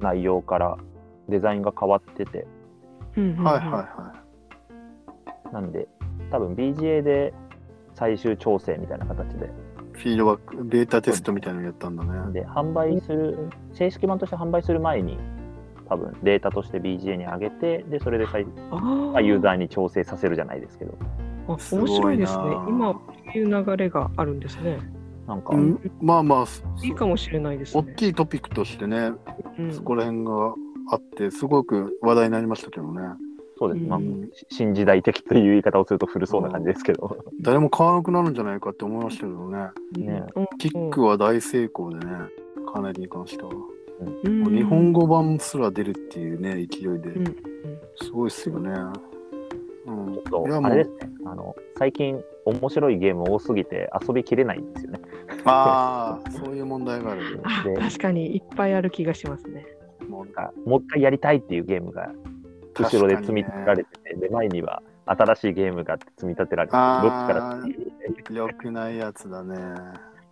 内容からデザインが変わってて、うんうんはいはいはなんで、多分 BGA で最終調整みたいな形で、い。フィードバック、データテストみたいなのやったんだね。で販売する、正式版として販売する前に、多分データとして BGA に上げて、でそれで最あまあユーザーーに調整させるじゃないですけど、あ面すごいな白いですね。今、こういう流れがあるんですね。なんか、うんまあまあ、すいいかもしれないです大ね。きいトピックとしてね、うんそこら辺があって、すごく話題になりましたけどね。そうです、まあうん、新時代的という言い方をすると古そうな感じですけど、誰も買わなくなるんじゃないかって思いましたけどね。ねうんキックは大成功でね、カーネリーに関しては。うん日本語版すら出るっていうね、勢いでん。すごいっすよね。うん。いちょっやともあれでう、すね、あの最近、面白いゲーム多すぎて遊びきれないんですよね。ああ、そういう問題がある。あで確かにいっぱいある気がしますね。もうなんかもう一回やりたいっていうゲームが後ろで積み立てられてて、で前には新しいゲームが積み立てられててどあーっちから積み立て確かにね良くないやつだね。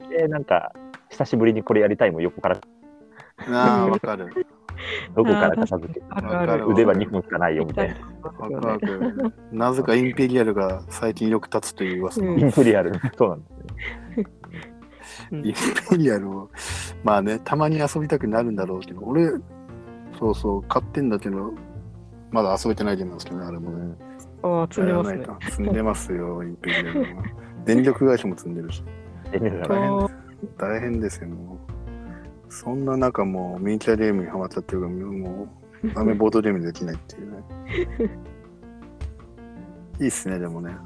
てでなんか久しぶりにこれやりたいも横からなあ、わかる。どこから片付けてあるある。わか腕は2本しかないよみたいなわかる。なぜかインペリアルが最近よく立つという噂。うイんインプリアルそうなんですねうんンペリアルを、まあね、たまに遊びたくなるんだろうけど、俺、そうそう、買ってんだけど、まだ遊べてないゲームなんですけどね、あれもね。ああ、積んでますねや。らないと積んでますよ、インペリアルは。電力会社も積んでるし。でねだとかやららないあ大変ですよ、もう。そんな中、もうミニチュアゲームにハマっちゃってるから、もう、ダメボードゲームできないっていうね。いいっすね、でもね。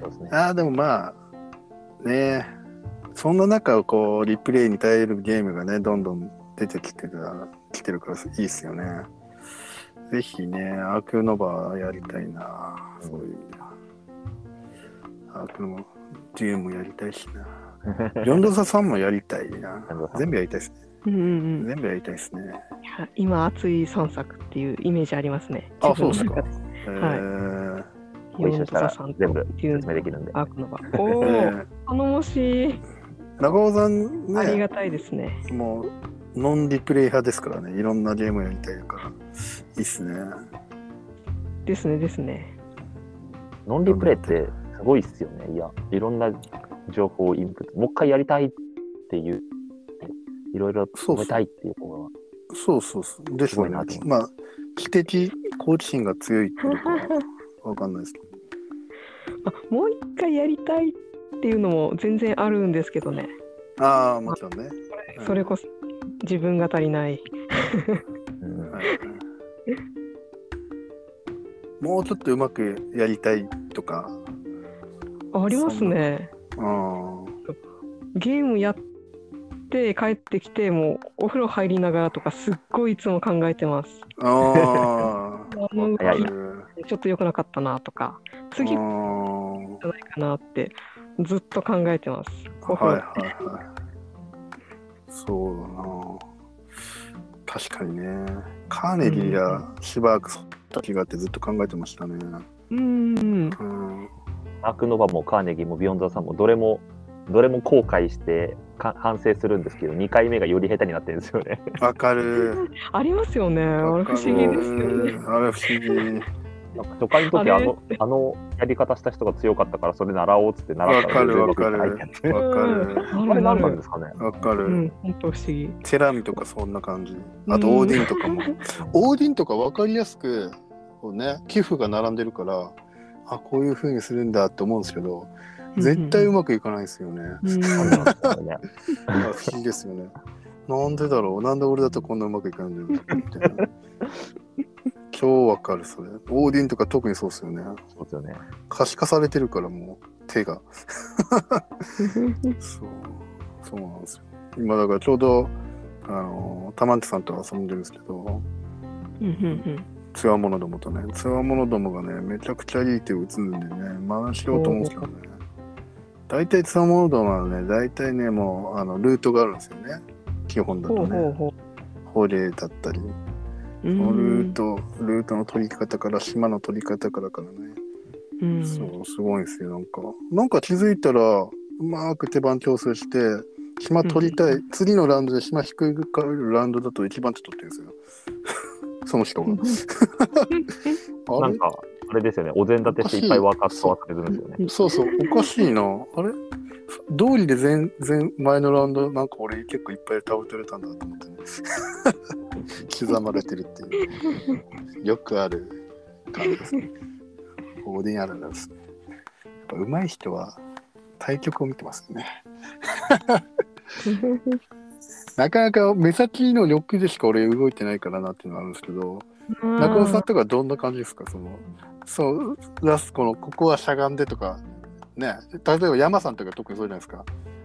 そうですねああ、でもまあ、ねえ、そんな中、こう、リプレイに耐えるゲームがね、どんどん出てきてるから、来てるから、いいっすよね。ぜひね、アークノバやりたいな、そういう意味では。アークノバ、デュエもやりたいしな。ヨンドサさんもやりたいなヨンド。サ全部やりたいですね。うんうんうん、全部やりたいですね。今、熱い散策っていうイメージありますね。あ、そうですか。 えご一緒したら全部説明できる。るんでアークの場。えおお、ー頼もしい。長尾さんね、ありがたいですね。もうノンリプレイ派ですからねいろんなゲームやりたいからいいっすねですね、ですね。ノンリプレイってすごいっすよねいやいろんな情報をインプットもう一回やりたいっていういろいろ詰めたいっていう方がそうそうそうですよねすごいなと思うまあ知的好奇心が強いっていうかわかんないですけどあもう一回やりたいっていうのも全然あるんですけどね。ああもちろんね、うんそれこそ自分が足りない。うんはいはいもうちょっとうまくやりたいとかあありますね。うんゲームやって帰ってきて、もうお風呂入りながらとか、すっごいいつも考えてます。ああもうわかるちょっと良くなかったなとか、次うじんゃないかなって、ずっと考えてます。お風呂はいはいはい。そうだな。確かにね。カーネリーやしばらくそった気があってずっと考えてましたね。うーん。うん。アークノバもカーネギーもビヨンドザさんもどれもどれも後悔してか反省するんですけど2回目がより下手になってるんですよねわかる。ありますよね。 あれわか不思議ですよね。るあれ不思議。 なんか初回の時ああれのあのやり方した人が強かったからそれ習おうっつって習ったら全然うまくいかないってやつわかる。ああれるあ何なんでる。すかねわかうる。ん、本当不思議。テラミとかそんな感じ。あとオーディンとかも。オーディンとかわかりやすく、こうね、寄付が並んでるから、あ、こういう風にするんだって思うんですけど、絶対うまくいかないですよね。うんあれなんですかねあ不思議ですよね。なんでだろうなんで俺だとこんなうまくいかないんだろうみたいな。超わかる、それ。オーディンとか特にそうですよね。そうですよね可視化されてるからもう、手が。 そう。そうなんですよ。今だからちょうど、あの、タマンテさんと遊んでるんですけど、うんうんツアーモノどもとね、ツアーモノどもがね、めちゃくちゃいい手を打つんでね、真似しようと思うんですけどね。大体ツアーモノどもはね、大体ね、もう、あの、ルートがあるんですよね。基本うんだほとうね。ほうほ捕鯨だったり、う。うんルートルートの取り方から島の取り方からからね、うんそうすごいんですよなんかなんか気づいたらうまく手番調整して島取りたい。次のラウンドで島低くるラウンドだと一番手取ってるんですよ。 その人が。あなれんか、あれですよね、お膳立てしていっぱい分かって忘れるんですよね。そうそう、おかしいな。あれ道理で前前前のラウンド、なんか俺結構いっぱい倒れたんだと思ってね。刻まれてるっていう。よくある感じですね。オーディンあるんですね。やっぱ上手い人は対局を見てますよね。なかなか目先の欲でしか俺動いてないからなっていうのはあるんですけど、中尾さんとかどんな感じですかその、そう、ラスこの、ここはしゃがんでとか、ね、例えば山さんとか特にそうじゃないですか。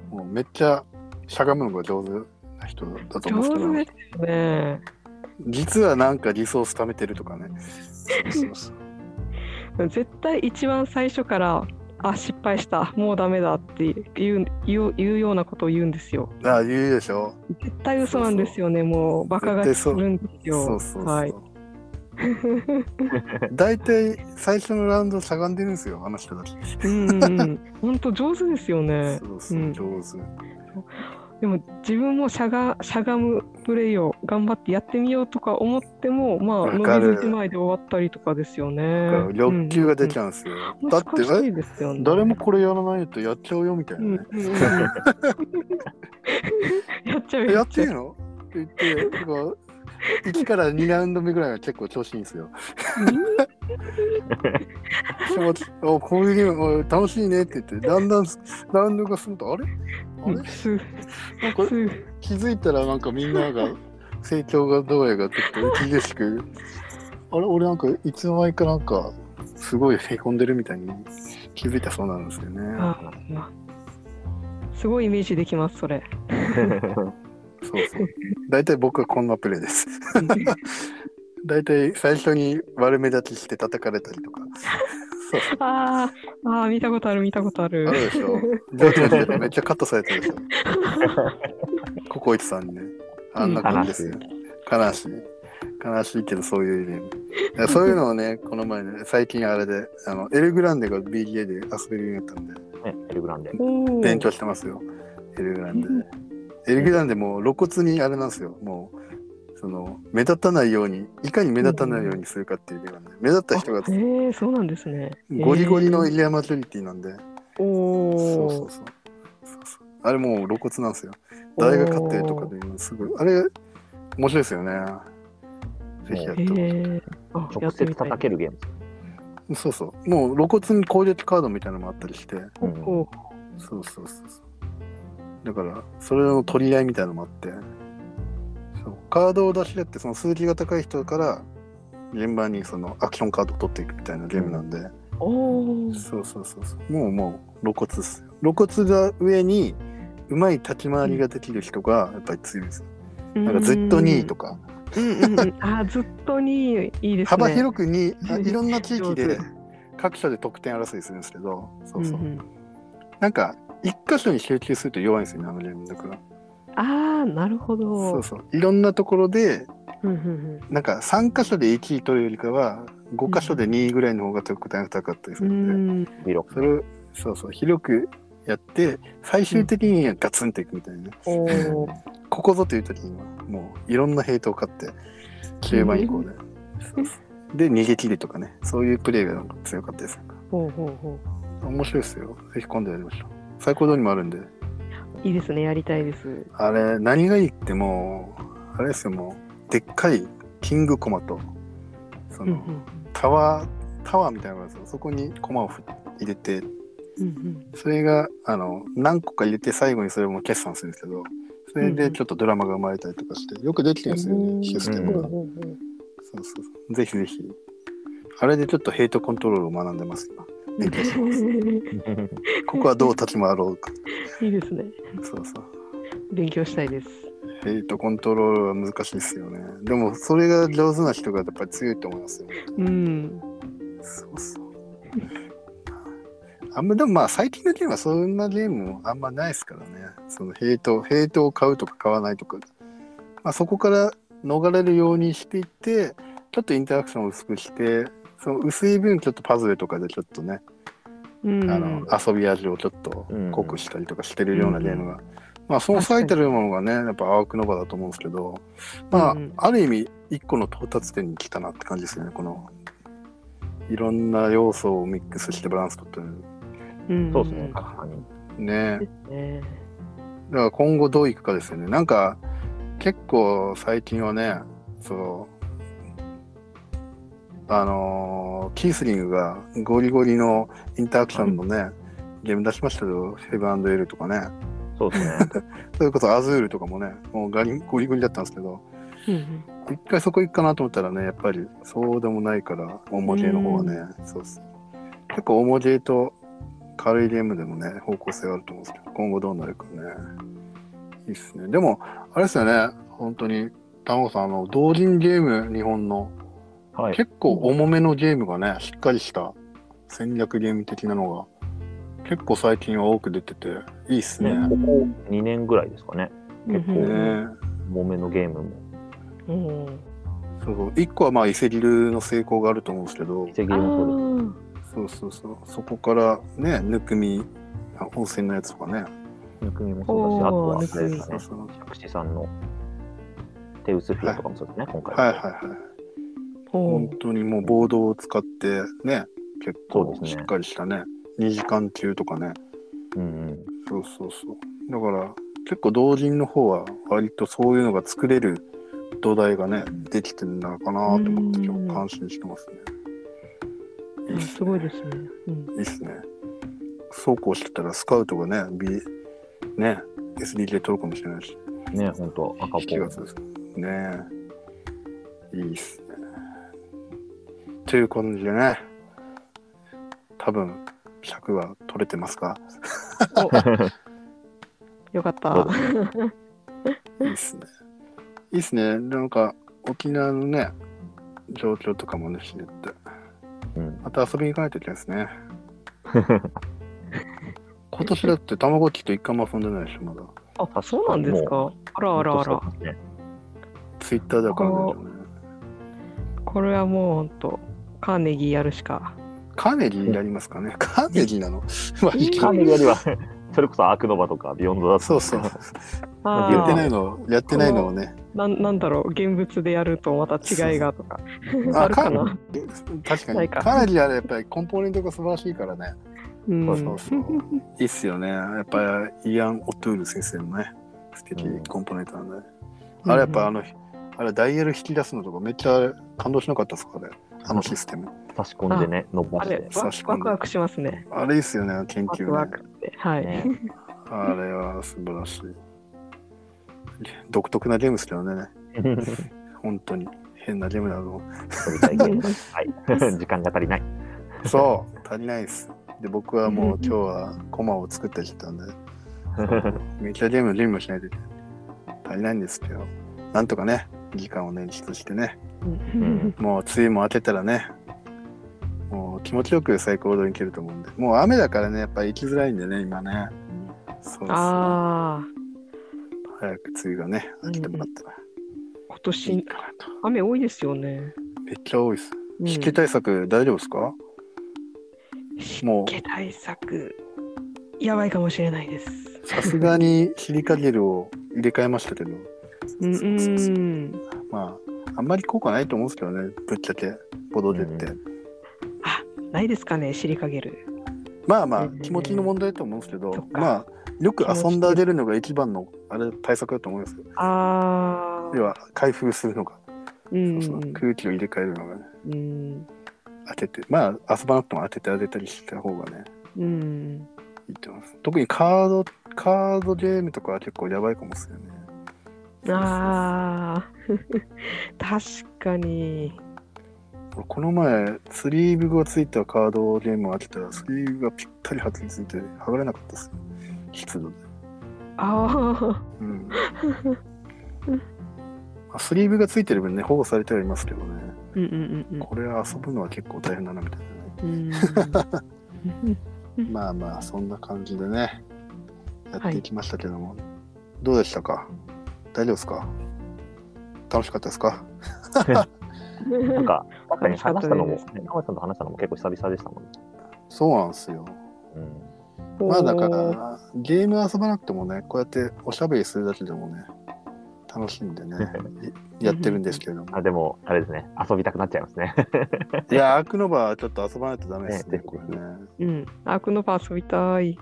もうめっちゃしゃがむのが上手な人だと思上うんです手ですよね。けど、実はなんかリソース貯めてるとかね。そうそう絶対一番最初からあ失敗したもうダメだって言う言う言うようなことを言うんですよそうああ、言うでしょ絶対嘘なんですよねもうバカがするんですよそうそうそう。はい、大体最初のラウンドしゃがんでるんですよ、あの人たち。うんうん本当上手ですよねそうそう、うん上手。でも自分もしゃがしゃがむプレイを頑張ってやってみようとか思ってもまわあかる伸びずじまいで終わったりとかですよね欲求が出ちゃゃうんですよ。うん、だって、難しえいですよね誰もこれやらないとやっちゃうよみたいなうね。んうんうんやっちゃうえやっていいの って言って、なんか1から2ラウンド目ぐらいは結構調子いいん ですよ。気持ちおこういうゲームお楽しいねって言って、だんだんラウンドが進むと、あれあれうんすなんかす気づいたらなんかみんなが成長がどうやがちょっと著しく、あれ俺なんかいつの間にかなんかすごいへこんでるみたいに気づいたそうなんですよね。ああすごいイメージできますそれ。そうそう。 大体僕はこんなプレイ です。大体最初に悪目立ちして叩かれたりとか。そうそうあーあー見たことある見たことあある。るでしょ。上司の時代めっちゃカットされてるでし ょ。ココイチさんにね。あんな感じですよ。悲しい。悲しいけどそういうゲーム。だからそういうのをね、この前ね、最近あれで、あのエルグランデが BGA で遊べるようになったんで、 ね、エルグランデ。おー勉強してますよ。エルグランデ。エルグランデも露骨にあれなんですよ。もう、その、目立たないように、いかに目立たないようにするかっていうゲームなんで、目立った人があえー、そうなんですね。ゴリゴリのえイリアマジョリティなんで、ーおそうお。そうそう。そうそうあれもう露骨なんですよ。誰が勝ってるとかで今すごい。あれ、面白いですよね。ぜひやっえてほしいー、あや直って接みたい叩けるゲーム。そうそう。もう露骨に攻撃カードみたいなのもあったりして。うおんおそうそうそうそう。だから、それの取り合いみたいなのもあって。そうカードを出し合って、その数字が高い人から、順番にそのアクションカードを取っていくみたいなゲームなんで。おーそうそうそうそう。もうもう露骨っすよ。露骨が上に、うまい立ち回りができる人がやっぱり強いです。なんかずっと2位とか、うんうんうん。あーずっと2位いいですね。幅広く2位あ、いろんな地域上で手各所で得点争いするんですけど、そうそう。んんなんか、一箇所に集中すると弱いんですよね、あのゲームだから。ああなるほど。そうそう。いろんなところで、うんうんなんか3箇所で1位取るよりかは、5箇所で2位ぐらいの方が得点が高かったりすうるんで、ん。うんビロそれを、そうそう、広くやって、最終的にはガツンといくみたいなね。おお。ここぞという時にはもういろんなヘイトを買って中盤以降で、そうそうで逃げ切るとかねそういうプレーがなんか強かったですほうほうほ面白いですよぜひ今度やりましょう最高度にもあるんでう。いいですねやりたいです。あれ何がいいってもうあれですよもうでっかいキングコマとそうんうの、んタワータワーみたいなのがあるんですよそこにコマをふ入れてうんうん。それがあの何個か入れて最後にそれも決算するんですけどそれでちょっとドラマが生まれたりとかしてよくできてるんですようねんシステうんムが。ほうほうほうそうそうそう。ぜひぜひ。あれでちょっとヘイトコントロールを学んでます、今。勉強してます。ー。ここはどう立ち回ろうか。いいですね。そうそう。勉強したいです。ヘイトコントロールは難しいですよね。でも、それが上手な人がやっぱり強いと思いますよ。うん。そうそう。あんま、でもまあ、最近のゲームはそんなゲームもあんまないですからね。そのヘイト、ヘイトを買うとか買わないとか。まあ、そこから逃れるようにしていって、ちょっとインタラクションを薄くして、その薄い分ちょっとパズルとかでちょっとね、うん。あの遊び味をちょっと濃くしたりとかしてるようなゲームがまあ、その最たるものがね、やっぱアークノバだと思うんですけど、まあ、うんある意味、一個の到達点に来たなって感じですよね、この、いろんな要素をミックスしてバランス取ってる。うんそうですね、確かに。ね。ねだから今後どういくかですよね。なんか、結構最近はね、そう、あのーキースリングがゴリゴリのインタアクションのね、ゲーム出しましたけど、ヘブンエルとかね、そうですね。それこそアズールとかもね、もうガリゴリゴリだったんですけど、うん一回そこ行くかなと思ったらね、やっぱりそうでもないから、重ゲーの方はね、そうっす。結構重ゲーと軽いゲームでもね、方向性があると思うんですけど、今後どうなるかね。いいっすね。でも、あれですよね、本当に、タモさん、あの、同人ゲーム、日本の、はい。結構重めのゲームがね、しっかりした戦略ゲーム的なのが、結構最近は多く出てて、いいっすね。ね、ここ2年ぐらいですかね。うん結構うんうんね重めのゲームも。おーそうそう1個はまあ伊勢ギルの成功があると思うんですけど、一石あ二鳥です。ーそうそうそう。そこからね、ぬくみ、あ温泉のやつとかね。ぬくみもそうだし、あとはあれですかそうね、そう薬師さんの手薄フィアとかもそうですね、今はいは回。いはい。お本ー当にもうボードを使ってね、結構そうですしねっかりしたね。2時間級とかね。うんうん。そうそうそう。だから結構同人の方は割とそういうのが作れる土台がね、できてるんだかなと思って今うん日感心してますね。いいっすすごいですね。うんいいっすね。そうこうしてたらスカウトがね、B、ね、SDK 取るかもしれないし。ね、本当赤ポ7月ですね。いいっすね。という感じでね、多分尺は取れてますかよかった。そうでいいっすね。いいっすね。なんか沖縄のね、状況とかもね、知れて。うん。また遊びに行かないといけないですね。今年だって卵切って一回も遊んでないでしょ、まだ。あ、そうなんですか。あらあらあら。本当そうですね。ツイッターでは買うんだけどね。これはもう本当カーネギーやるしか。カーネギーやりますかね。カーネギーなのまあいいけどカーネルよりは、 それこそアークノバとかビヨンドだとそうそう。あやってーないの、やってないのをね。なんなんだろう現物でやるとまた違いがとかああるかな。確かなにいかかなりあれやっぱりコンポーネントが素晴らしいからね、うんそうそうそういいっすよねやっぱりイアン・オトゥール先生のね素敵コンポーネントなんで、あれやっぱあの、あれダイヤル引き出すのとかめっちゃあれ感動しなかったっすかねあのシステム差し込んでね、伸ばあしれて。ワ差し込んでワクワクしますね。あれいいっすよね研ワ究クねワクってはい。ね あれは素晴らしい独特なゲームですけどね本当に変なゲームだと思う取りたいゲームだはい。 時間が足りない。そう足りないですで僕はもう今日はコマを作ってきたんでめっちゃゲームの準備もしないといけない足りないんですけどなんとかね時間を捻出してねうんもう梅雨も明けたらねもう気持ちよく最高度に行けると思うんでもう雨だからねやっぱ行きづらいんでね今ねそうそう早ああく梅雨がね明けてもらったら今いい年かなと雨多いですよね。めっちゃ多いですうん湿気対策大丈夫ですかもう湿気対策やばいかもしれないです。さすがにシリカゲルを入れ替えましたけどうんうん。まああんまり効果ないと思うんですけどねぶっちゃけボドゲって、うあないですかね尻かげる。まあまあうん気持ちの問題だと思うんですけど、そっかまあよく遊んであげるのが一番のあれ対策だと思いますよああ要。は開封するのが、うんそうそう空気を入れ替えるのがねうん当ててまあ遊ばなくても当ててあげたりした方がねうん。いいと思います特にカードカードゲームとかは結構やばいかもしれないねああ 確かに。俺この前スリーブがついたカードゲームを当てたらスリーブがぴったりはついて剥がれなかったですよ湿度でああ。うんまあスリーブがついてる分ね保護されてはいますけどねうんうんうんこれは遊ぶのは結構大変だなみたいなねうん。まあまあそんな感じでねやっていきましたけども、どうでしたか大丈夫ですか楽しかったですかうん。なんか、確かに話したのも、楽しかったですね、山内さんと話したのも結構久々でしたもんね。そうなんですようんまあだから、ゲーム遊ばなくてもね、こうやっておしゃべりするだけでもね、楽しんでね、いやってるんですけれども。あでも、あれですね、遊びたくなっちゃいますね。いや、アークノバはちょっと遊ばないとダメですね、ねこれね。うん、アークノバ遊びたい。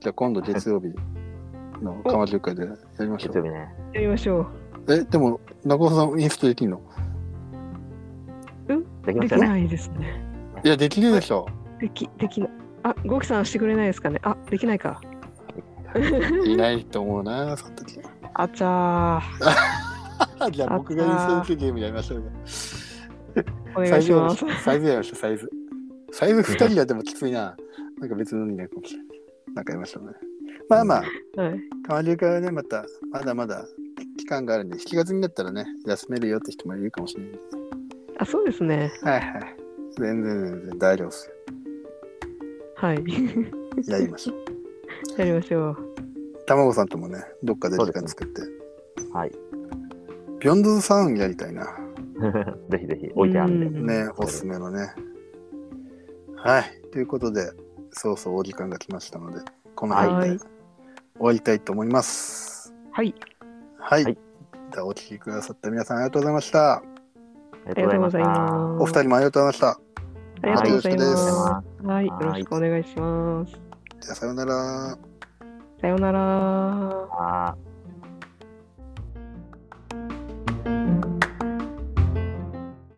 じゃあ今度月曜日の鎌中会でやりましょ月曜う。日ね。やりましょえ、でも、中尾さんインストできんのできう。ましできたね。ないですね。いや、できるでしょ。でき、できな。あ、ゴキさんしてくれないですかね。あ、できない か。いないと思うな、その時。あちゃじゃあ僕がインストできるゲームやりましょうよ。ー。お願いします。サイズやりましょう、サイズ。サイズ2人だってもきついな。なんか別のにね、こうなんかやりましょうね。まあまあ、はい。川流からね、また、まだまだ期間があるんで、7月になったらね、休めるよって人もいるかもしれないんで。あ、そうですね。はいはい。全然全然大丈夫です はい。よ。やりましょう。やりましょう。卵さんともね、どっかで時間作って。はい。ビョンズサウンやりたいな。 ぜひぜひ置いてあるんで。うんね、おすすめのね。はい。ということで、そうそうお時間が来ましたので、この辺はいで終わりたいと思います。はい。はい。はいではお聞きくださった皆さんありがとうございました。あありがとうございす。ます。お二人もありがとうございましありがとうござはいいよろしくですまあす。はい。はよいろしくお願いします。た。じゃあさようなら。さようなら。あー。